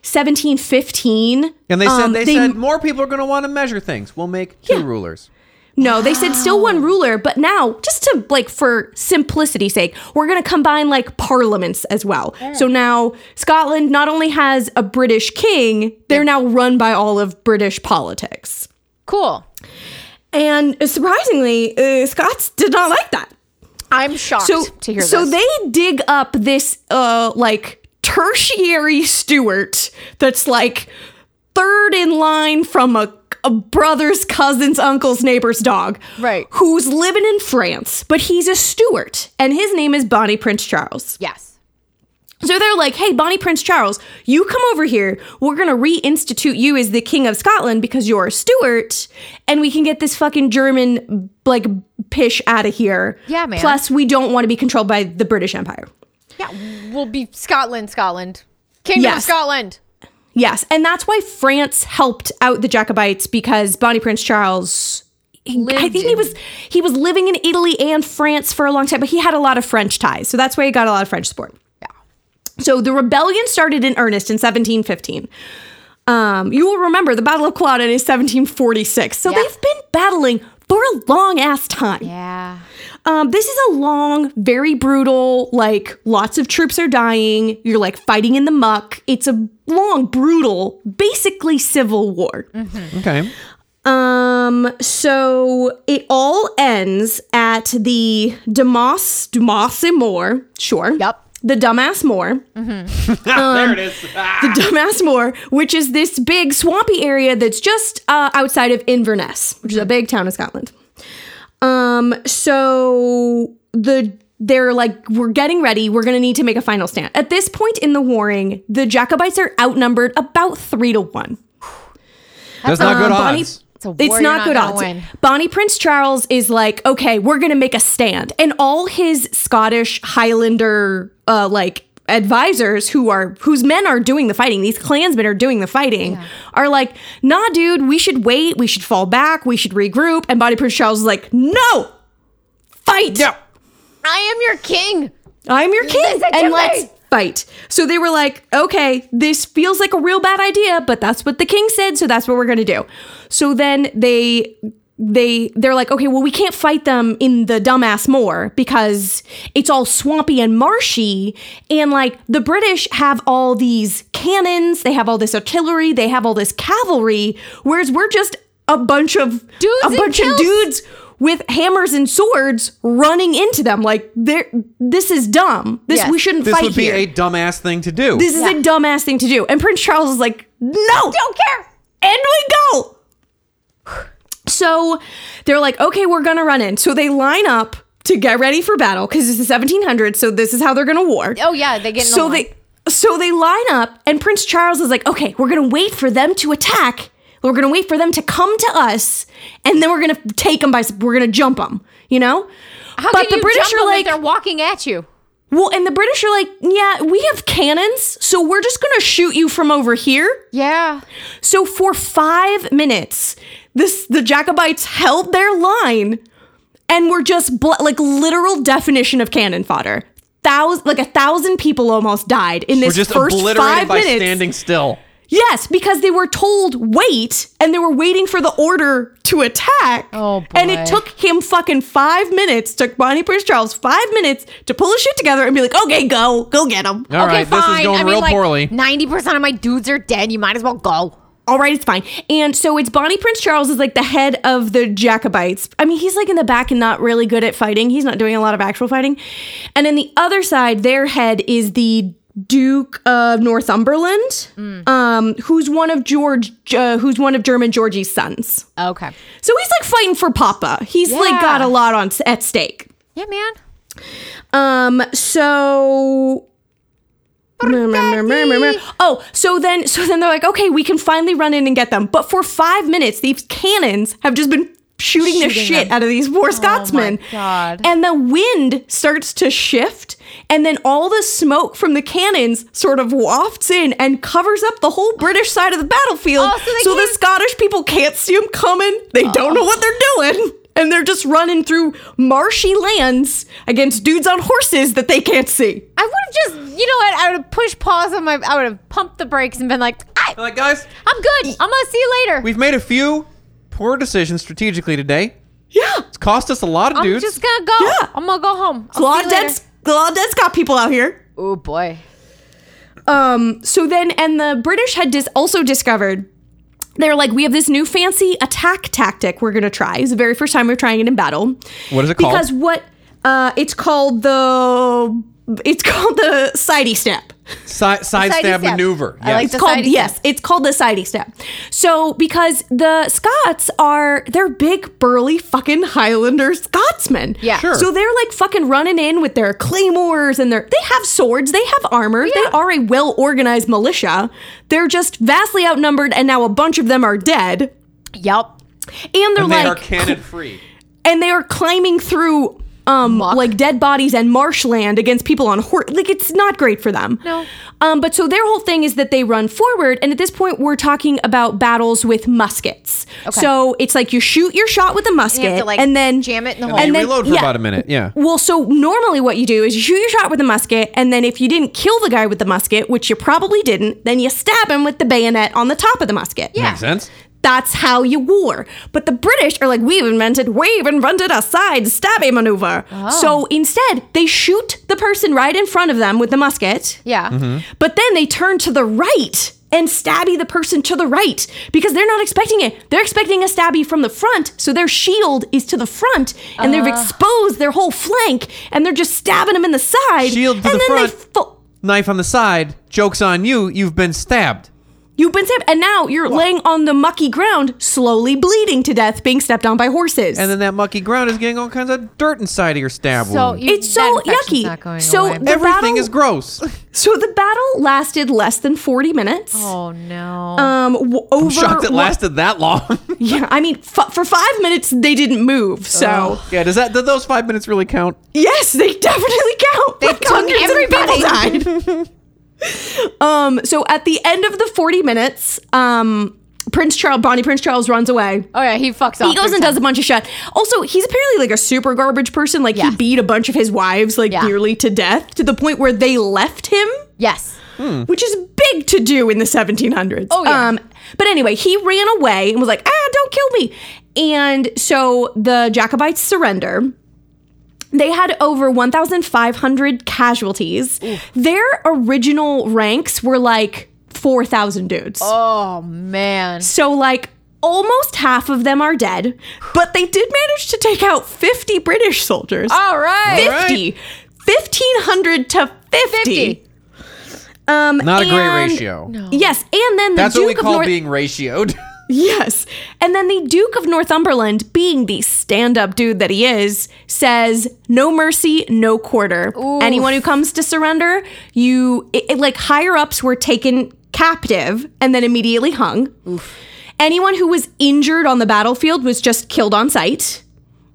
1715,
And they said
um,
they, said more people are going to want to measure things. We'll make two rulers.
no, they said still one ruler, but now just to like for simplicity's sake, we're gonna combine like parliaments as well. So now Scotland not only has a British king, they're now run by all of British politics.
Cool.
And surprisingly, uh, Scots did not like that.
I'm shocked
So,
to hear
so
this.
they dig up this uh, like tertiary Stuart that's like third in line from a, a brother's cousin's uncle's neighbor's dog,
Right.
Who's living in France, but he's a Stuart, and his name is Bonnie Prince Charles.
yes.
So they're like, hey, Bonnie Prince Charles, you come over here. We're going to reinstitute you as the King of Scotland because you're a Stuart, and we can get this fucking German, like, pish out of here.
Yeah, man.
Plus, we don't want to be controlled by the British Empire.
Yeah. We'll be Scotland, Scotland. Kingdom of
Yes.
Scotland.
Yes. And that's why France helped out the Jacobites because Bonnie Prince Charles. he- I
Lived
think he
in-
was he was living in Italy and France for a long time, but he had a lot of French ties, so that's why he got a lot of French support.
Yeah.
So the rebellion started in earnest in 1715. Um, you will remember the Battle of Culloden is 1746. So
Yeah.
they've been battling for a long ass time.
Yeah.
Um, this is a long, very brutal, like lots of troops are dying. You're like fighting in the muck. It's a long, brutal, basically civil war.
Okay.
Um, so it all ends at the Damas Dumas and Moore. Sure.
Yup.
The dumbass Moore.
Mm-hmm. there it is.
The dumbass Moore, which is this big swampy area that's just uh, outside of Inverness, which is a
Mm-hmm.
big town in Scotland. Um, so the they're like, we're getting ready. We're gonna need to make a final stand. At this point in the warring, the Jacobites are outnumbered about three to one.
That's not good
Um, Bonnie-
odds.
It's a war
It's
you're
not,
not
good
gonna
odds.
win.
Bonnie Prince Charles is like, okay, we're gonna make a stand, and all his Scottish Highlander uh, like advisors who are whose men are doing the fighting, these clansmen are doing the fighting, are like, nah, dude, we should wait, we should fall back, we should regroup, and Bonnie Prince Charles is like, no, fight,
Yeah.
I am your king.
I'm your king,
Listen to
and
me.
let's fight. So they were like, okay, this feels like a real bad idea, but that's what the king said, so that's what we're gonna do. So then they they they're like, okay, well, we can't fight them in the dumbass moor because it's all swampy and marshy, and like the British have all these cannons, they have all this artillery, they have all this cavalry, whereas we're just a bunch of
Dudes
a
and
bunch of
kills.
dudes dudes with hammers and swords running into them. Like they're this is dumb. This
Yes.
we shouldn't
This
fight
would be
here.
a dumbass thing to do.
this is a dumbass thing to do. And Prince Charles is like, no,
Don't care.
and we go. So they're like, okay, we're gonna run in. So they line up to get ready for battle because it's the 1700s. So this is how they're gonna war.
Oh yeah, they get in the
So
line.
they so they line up, and Prince Charles is like, okay, we're gonna wait for them to attack. We're gonna wait for them to come to us, and then we're gonna take them by. s- We're gonna jump them. You know.
How
but
can
the
you
British
jump
are
them
like,
if they're walking at you.
Well, and the British are like, yeah, we have cannons, so we're just gonna shoot you from over here.
Yeah.
So for five minutes, this the Jacobites held their line, and were just bl- like literal definition of cannon fodder. Thousand, like a thousand people almost died in this
We're just
first
obliterated
five
by
minutes.
standing still.
Yes, because they were told wait, and they were waiting for the order to attack.
Oh,
And it
boy.
took him fucking five minutes. Took Bonnie Prince Charles five minutes to pull his shit together and be like, okay, go, go get him.
All right, this is going real poorly.
Ninety percent of my dudes are dead. You might as well go.
all right, it's fine. And so it's Bonnie Prince Charles is like the head of the Jacobites. I mean, he's like in the back and not really good at fighting. He's not doing a lot of actual fighting. And then the other side, their head is the Duke of Northumberland, um, who's one of George, uh, who's one of German Georgie's sons.
Okay.
So he's like fighting for Papa. He's like
Yeah.
got a lot on at stake.
Yeah, man.
Um, so. Oh, so then, so then they're like, okay, we can finally run in and get them. But for five minutes, these cannons have just been shooting, the
Shooting
shit
them. Oh
out of these poor Scotsmen.
God.
And the wind starts to shift, and then all the smoke from the cannons sort of wafts in and covers up the whole British side of the battlefield.
Oh, so they
the
can't-
Scottish people can't see them coming. They don't know what they're doing. And they're just running through marshy lands against dudes on horses that they can't see.
I would have just, you know what? I would have pushed pause on my. I would have pumped the brakes and been like,
They're
I,
like, guys,
I'm good. I'm gonna see you later.
we've made a few poor decisions strategically today.
Yeah.
It's cost us a lot of
I'm
dudes.
just gonna go.
Yeah.
I'm gonna go home.
A
I'll
lot,
see
of
you later.
dead, a lot of dead Scott people out here.
Oh boy.
Um, so then, and the British had dis- also discovered they're like, we have this new fancy attack tactic we're gonna try. It's the very first time we're trying it in battle.
What is it called?
Because what uh, it's called the it's called the sidey step.
Side, side
Sidey
stab
step.
maneuver.
I like
Yes.
The
It's called
sidey
yes, it's called the sidey step. So because the Scots are they're big burly fucking Highlander Scotsmen.
Yeah. Sure.
So they're like fucking running in with their claymores and their they have swords, they have armor, they are a well organized militia. They're just vastly outnumbered and now a bunch of them are dead.
Yep.
And they're
And
like
they are cannon free.
and they are climbing through um
Muck.
like dead bodies and marshland against people on horse like it's not great for them
No.
um but so their whole thing is that they run forward and at this point we're talking about battles with muskets so it's like you shoot your shot with a musket
to, like,
and then
jam it in the
And
hole.
Oh, you
And
then-
reload for
yeah.
about a minute. Yeah.
well, so normally what you do is you shoot your shot with a musket, and then if you didn't kill the guy with the musket, which you probably didn't, then you stab him with the bayonet on the top of the musket.
Yeah.
Makes sense.
That's how you war. But the British are like, we've invented, we've invented a side stabbing maneuver. So instead, they shoot the person right in front of them with the musket,
Yeah.
Mm-hmm.
but then they turn to the right and stabby the person to the right because they're not expecting it. They're expecting a stabby from the front, so their shield is to the front, and they've exposed their whole flank, and they're just stabbing them in the side.
Shield to
and
the front.
fo-
Knife on the side. Joke's on you. You've been stabbed.
You've been stabbed, and now you're laying on the mucky ground, slowly bleeding to death, being stepped on by horses.
And then that mucky ground is getting all kinds of dirt inside of your stab
So
wound.
you-
It's so
that infection's
yucky.
not going
So
away.
the-
Everything
battle-
is gross.
so the battle lasted less than 40 minutes.
oh no.
Um, w- over
I'm shocked it
one-
lasted that long.
Yeah, I mean, f- for five minutes they didn't move. So
yeah. Does that? Did those five minutes really count?
Yes, they definitely count. They
took everybody.
died. um, so at the end of the 40 minutes, um, Prince Charles, Bonnie Prince Charles runs away.
oh yeah, he fucks off.
He goes and does a bunch of shit. Also, he's apparently like a super garbage person. Like
Yeah.
he beat a bunch of his wives like
Yeah.
nearly to death to the point where they left him
Yes.
which is big to do in the 1700s.
Oh, yeah.
but anyway, he ran away and was like, ah, don't kill me. And so the Jacobites surrender. They had over 1,500 casualties. Their original ranks were like 4,000 dudes.
Oh man.
So, like, almost half of them are dead, but they did manage to take out 50 British soldiers.
All right.
50. 1,500 to 50.
50.
Um,
Not a great
and-
ratio.
Yes, and then the
That's
Duke
what we
of
call
North-
being ratioed.
yes, and then the Duke of Northumberland, being the stand-up dude that he is, says, "No mercy, no quarter. Anyone who comes to surrender, you it, it- like higher ups were taken captive and then immediately hung. Anyone who was injured on the battlefield was just killed on sight."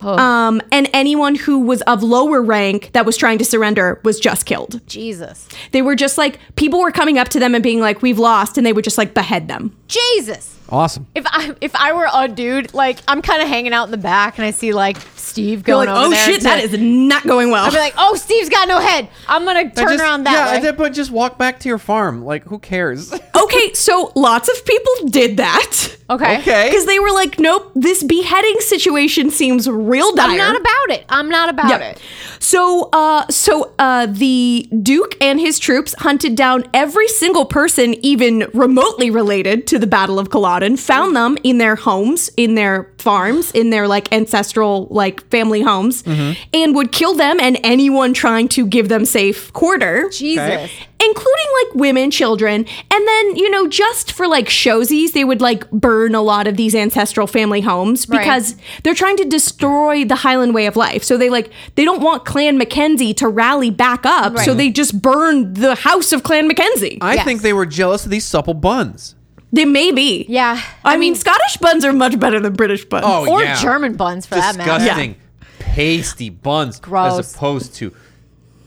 Um, and anyone who was of lower rank that was trying to surrender was just killed.
Jesus.
They were just like, people were coming up to them and being like, we've lost. And they would just like behead them.
Jesus.
Awesome.
If I if I were a dude, like I'm kind of hanging out in the back, and I see like Steve
You're
going
like,
over
oh
there
shit,
to-
that is not going well.
I'd be like, oh, Steve's got no head. I'm gonna turn
just,
around that
yeah,
way.
Yeah, but just walk back to your farm. Like, who cares?
okay, so lots of people did that.
Okay.
okay.
Because they were like, nope, this beheading situation seems real dire.
I'm not about it. I'm not about
Yep.
it.
So, uh, so uh, the Duke and his troops hunted down every single person, even remotely related to the Battle of Culloden. Found
Mm-hmm.
them in their homes, in their farms, in their like ancestral like family homes,
Mm-hmm.
and would kill them and anyone trying to give them safe quarter
Jesus.
Okay.
including like women, children, and then, you know, just for like showsies, they would like burn a lot of these ancestral family homes
Right.
because they're trying to destroy the Highland way of life. So they like they don't want Clan Mackenzie to rally back up, so
Right.
they just burn the house of Clan Mackenzie.
I
Yes.
think they were jealous of these supple buns.
they may be.
Yeah.
I, mean, Scottish buns are much better than British buns.
Oh,
or
yeah.
German buns for that matter.
Disgusting.
pasty buns
Gross.
as opposed to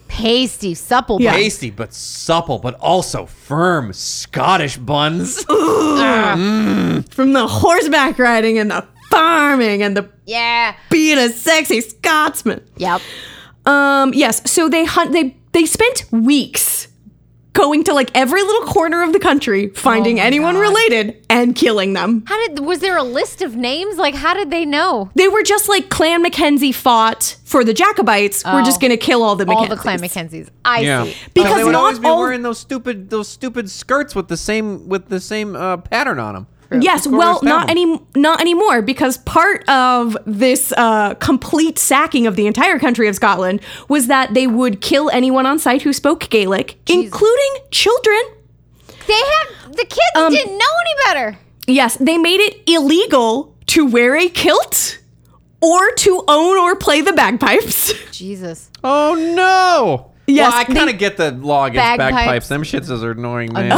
Pasty, supple
Yeah.
bun.
pasty but supple but also firm Scottish buns.
From the horseback riding and the farming and the
Yeah.
being a sexy Scotsman.
Yep.
Um, yes. So they hunt. They they spent weeks going to like every little corner of the country, finding
my
anyone
God.
related and killing them.
How did was there a list of names? Like how did they know?
They were just like Clan Mackenzie fought for the Jacobites. We're
Oh.
just gonna kill all the
All
Mackenzies.
the Clan Mackenzies. I see.
Because
they would
not
always be
all-
wearing those stupid those stupid skirts with the same with the same uh, pattern on them.
Yes,
Corners
well,
found
not
them.
any, not anymore, because part of this uh, complete sacking of the entire country of Scotland was that they would kill anyone on site who spoke Gaelic, including children
They have the kids
Um,
didn't know any better.
Yes, they made it illegal to wear a kilt or to own or play the bagpipes.
Jesus.
Oh no.
Yes,
well, I
they-
kind of get the law against
Bagpipes.
bagpipes. Them shits is annoying, man.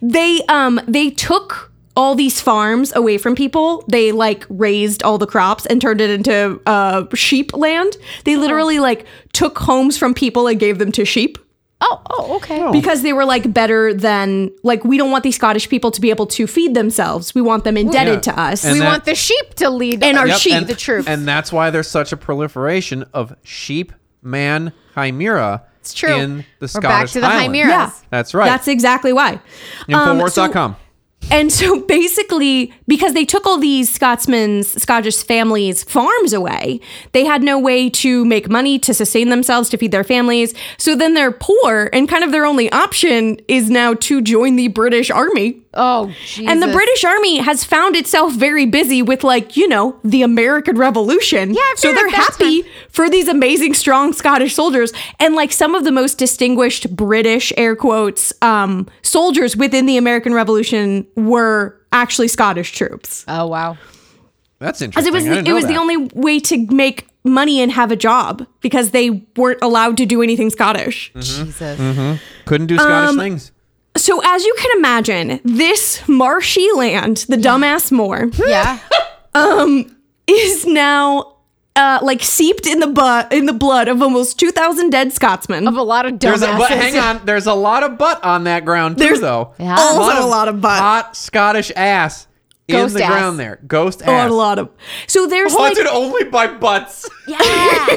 they um they took all these farms away from people. They like raised all the crops and turned it into uh sheep land. They
Uh-huh.
literally like took homes from people and gave them to sheep.
Oh, oh, okay.
Because they were like better than like we don't want these Scottish people to be able to feed themselves. We want them indebted
Yeah.
to us.
And
we
that-
want the sheep to lead
And our
us.
sheep.
and the truth.
And that's why there's such a proliferation of sheep man chimera
It's true.
in the
We're
Scottish
back to the
Highlands.
chimeras.
yeah,
That's right.
That's exactly why. Um, so-
Infowars.com.
And so basically, because they took all these Scotsmen's, Scottish families' farms away, they had no way to make money to sustain themselves, to feed their families. So then they're poor, and kind of their only option is now to join the British army.
Oh, Jesus.
And the British army has found itself very busy with, like, you know, the American Revolution. Yeah,
I
so
figured
they're
that's
happy for these amazing, strong Scottish soldiers and like some of the most distinguished British air quotes um, soldiers within the American Revolution were actually Scottish troops.
Oh wow.
That's
Because
interesting.
it was
I
the,
didn't
it
know
was the
that.
only way to make money and have a job because they weren't allowed to do anything Scottish.
Mm-hmm.
Jesus.
couldn't do Scottish things.
So as you can imagine, this marshy land, the dumbass moor,
Yeah.
is now uh, like seeped in the bu- in the blood of almost 2,000 dead Scotsmen.
Of a lot of
There's a,
dumbasses.
but hang on, there's a lot of butt on that ground too,
There's
though.
Yeah. also
a lot of butt.
Hot Scottish ass
Ghost
in the
ass.
ground there. Ghost
on
ass.
a lot of so
Oh,
there's like
Haunted only by butts.
Yeah.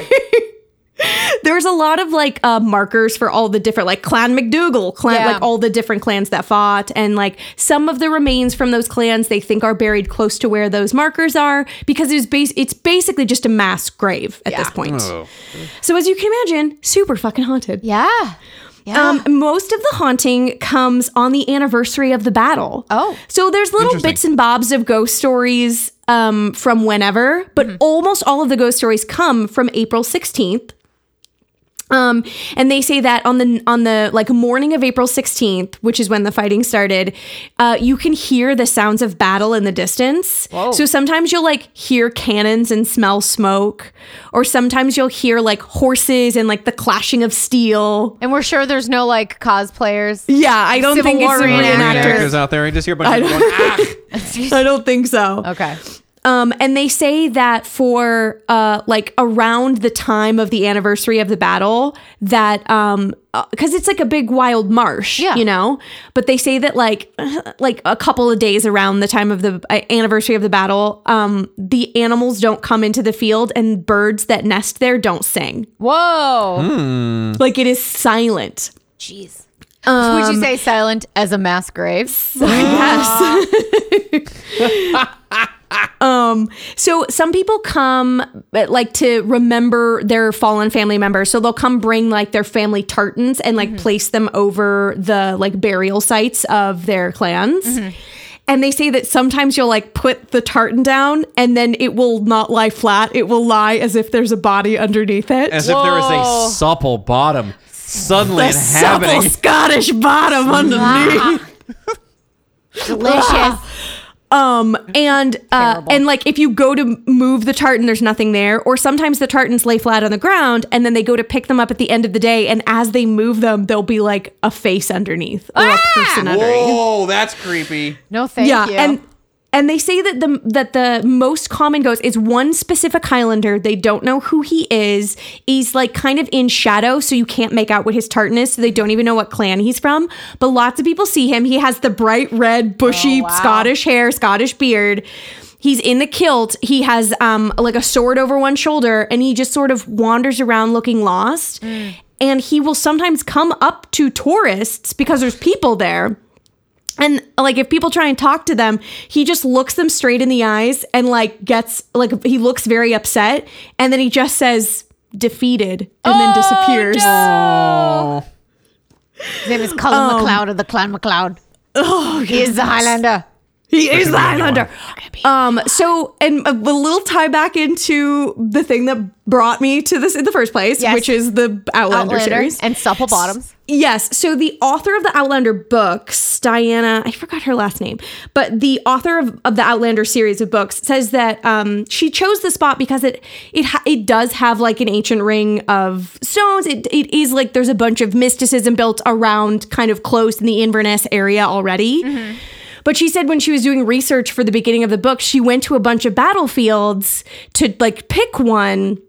there's a lot of like uh, markers for all the different like clan McDougal, clan
Yeah.
like all the different clans that fought, and like some of the remains from those clans they think are buried close to where those markers are because it's bas- it's basically just a mass grave at this point.
Oh.
So as you can imagine, super fucking haunted.
yeah. Yeah.
Um, most of the haunting comes on the anniversary of the battle.
Oh.
So there's little
Interesting.
bits and bobs of ghost stories um, from whenever, but
Mm-hmm.
almost all of the ghost stories come from April 16th. Um, and they say that on the on the like morning of April 16th, which is when the fighting started, uh, you can hear the sounds of battle in the distance. So sometimes you'll like hear cannons and smell smoke, or sometimes you'll hear like horses and like the clashing of steel.
and we're sure there's no like cosplayers.
Yeah, I don't
Civil
think
War
it's civilian
reenactors.
actors.
out there. I just hear a bunch of people going, ah.
I don't think so.
Okay.
Um, and they say that for uh, like around the time of the anniversary of the battle, that um, because it's like a big wild marsh,
Yeah.
you know. But they say that like like a couple of days around the time of the uh, anniversary of the battle, um, the animals don't come into the field, and birds that nest there don't sing.
Whoa.
Hmm.
Like it is silent.
Jeez. Would you say silent Um, as a mass grave?
Yes. um so some people come but, like to remember their fallen family members so they'll come bring like their family tartans and
Mm-hmm.
like place them over the like burial sites of their clans
Mm-hmm.
and they say that sometimes you'll like put the tartan down and then it will not lie flat it will lie as if there's a body underneath it
As if there was
Whoa.
a supple bottom suddenly
the supple
inhabiting.
scottish bottom underneath
Delicious.
Um, and uh,
Terrible.
and like if you go to move the tartan, there's nothing there. Or sometimes the tartans lay flat on the ground, and then they go to pick them up at the end of the day. And as they move them, there'll be like a face underneath or
Ah!
a person underneath.
Whoa, Oh, that's creepy.
No, thank
yeah,
you.
and and they say that the that the most common ghost is one specific Highlander. They don't know who he is. He's like kind of in shadow, so you can't make out what his tartan is. So they don't even know what clan he's from. But lots of people see him. He has the bright red, bushy
Oh, wow.
Scottish hair, Scottish beard. He's in the kilt. He has um like a sword over one shoulder, and he just sort of wanders around looking lost.
Mm.
And he will sometimes come up to tourists because there's people there. And like if people try and talk to them, he just looks them straight in the eyes and like gets like he looks very upset and then he just says defeated and then
Oh,
disappears.
His name is Cullen McLeod of the Clan McLeod. um, Oh, he is the Highlander.
He is the Highlander. Um so and a, a little tie back into the thing that brought me to this in the first place,
Yes.
which is the Outlander, series.
and supple bottoms.
Yes. So the author of the Outlander books, Diana, I forgot her last name, but the author of, of the Outlander series of books says that um, she chose the spot because it it ha- it does have like an ancient ring of stones. It it is like there's a bunch of mysticism built around kind of close in the Inverness area already. But she said when she was doing research for the beginning of the book, she went to a bunch of battlefields to like pick one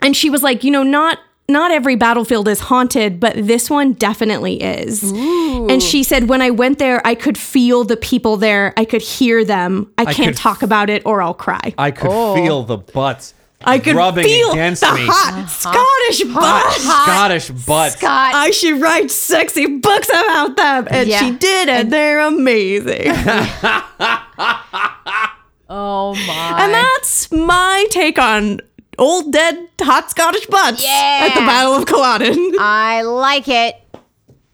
and she was like you know not not every battlefield is haunted but this one definitely is and she said when i went there i could feel the people there i could hear them i, can't
could
talk about it or i'll cry
I could feel the butts
Oh. i could
rubbing
feel
against
the
me.
hot scottish butt
Scottish butts.
Scott.
I should write sexy books about them. And
Yeah.
she did, and, they're amazing. and
oh my.
that's my take on old, dead, hot Scottish butts at the
Yeah. Oh,
Battle of Culloden.
I like it.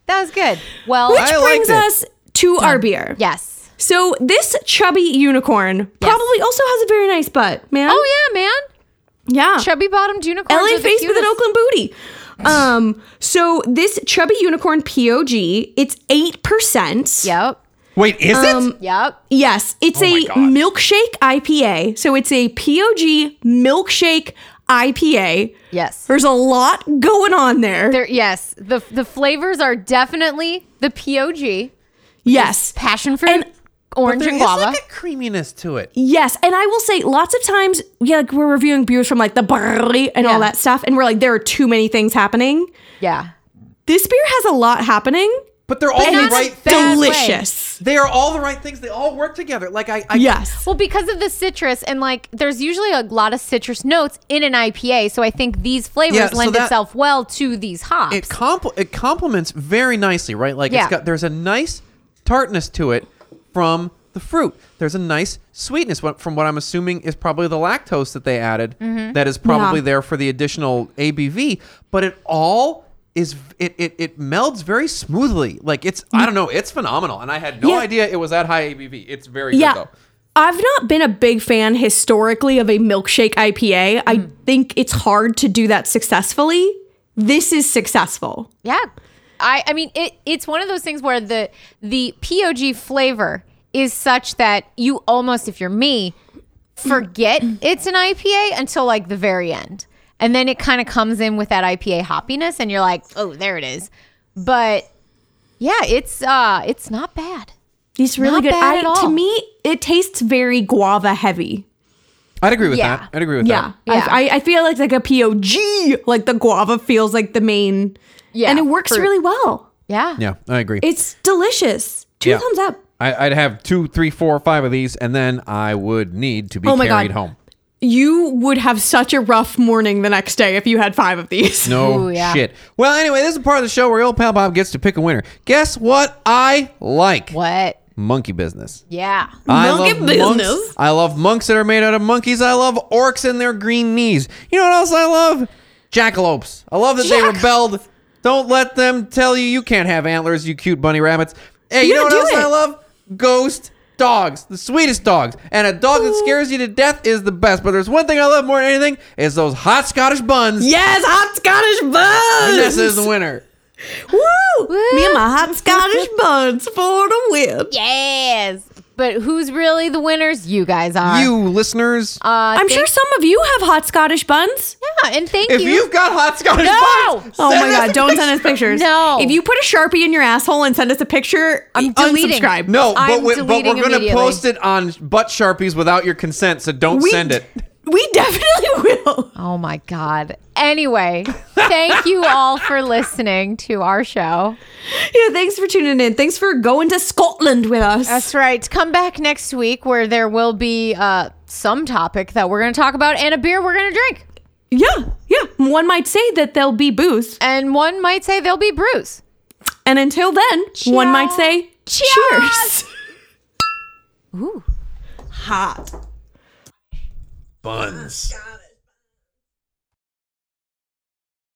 That was good. Well,
Which
I liked
brings
it.
us to our beer.
yes.
So this chubby unicorn probably also has a very nice butt, man.
Oh yeah, man.
yeah.
Chubby bottomed unicorns.
LA
are the
face with an
cutest.
Oakland booty. Um, so this chubby unicorn POG, it's eight percent.
Yep.
Wait, is
Um,
it?
Yep.
Yes, it's a milkshake IPA. So it's a POG milkshake IPA.
Yes.
There's a lot going on there.
There. Yes. The the flavors are definitely the POG,
yes.
passion fruit,
And-
orange,
There
and
is
guava.
like a creaminess to it.
Yes, and I will say lots of times, yeah, like we're reviewing beers from like the brewery and
Yeah.
all that stuff, and we're like, there are too many things happening.
yeah.
This beer has a lot happening,
But they're all
and
the
it's
right
bad
things.
way.
delicious.
They are all the right things. They all work together. Like I, I
Yes,
Well, because of the citrus and like there's usually a lot of citrus notes in an IPA, so I think these flavors
Yeah, so
lend
that-
itself well to these hops.
it compl- it complements very nicely, right? Like
Yeah.
it's got there's a nice tartness to it from the fruit. There's a nice sweetness what- from what I'm assuming is probably the lactose that they added. that is probably
Mm-hmm. Yeah.
there for the additional ABV, but it all is it, it it melds very smoothly. Like it's I don't know, it's phenomenal, and I had no
Mm. Yeah.
idea it was that high ABV. It's very
yeah.
good though.
I've not been a big fan historically of a milkshake IPA. I think it's hard to do that successfully. This is successful.
Yeah. I I mean it it's one of those things where the the POG flavor is such that you almost if you're me forget it's an IPA until like the very end. And then it kind of comes in with that IPA hoppiness and you're like, "Oh, there it is." But yeah, it's uh it's not bad.
It's really
Not
good.
bad
I,
at all.
To me, it tastes very guava heavy.
I'd agree with
Yeah.
that. I'd agree with
Yeah,
that.
Yeah.
I, I, I feel like like a POG, like the guava feels like the main.
Yeah,
and it works
fruit.
really well.
Yeah.
Yeah, I agree.
It's delicious. Two
Yeah.
thumbs up.
I, I'd have two, three, four, five of these, and then I would need to be
Oh my
carried
God.
home.
You would have such a rough morning the next day if you had five of these.
No
Ooh, yeah.
shit. Well, anyway, this is part of the show where old pal Bob gets to pick a winner. Guess what I like?
What?
Monkey business.
Yeah.
I
Monkey
love monks.
business.
I love monks that are made out of monkeys. I love orcs and their green knees. You know what else I love? Jackalopes. I love that
Jack-
they rebelled. Don't let them tell you you can't have antlers, you cute bunny rabbits. Hey, you,
You
know what
do
else
it.
I love? Ghost dogs, the sweetest dogs. And a dog that scares you to death is the best. But there's one thing I love more than anything is those hot Scottish buns.
Yes, hot Scottish buns.
Vanessa is the winner.
Woo! Me and my hot Scottish buns for the win.
Yes. But who's really the winners? You guys are.
You listeners,
Uh,
I'm
thank-
sure some of you have hot Scottish buns.
Yeah, and thank
if
you.
you've got hot Scottish
No!
buns,
Oh
send
my
us
god,
a
don't send us
picture.
pictures.
No.
If you put a Sharpie in your asshole and send us a picture, I'm
deleting.
unsubscribe.
No, but,
I'm
we, but
deleting
we're going to
immediately.
post it on butt sharpies without your consent, so don't send it.
We definitely will.
oh my God. Anyway, thank you all for listening to our show.
Yeah, thanks for tuning in. Thanks for going to Scotland with us.
That's right. Come back next week where there will be uh, some topic that we're going to talk about and a beer we're going to drink.
yeah, yeah. One might say that there'll be booze.
And one might say there'll be brews.
And until then, one might say cheers. Ooh. Hot.
Buns.
Got it.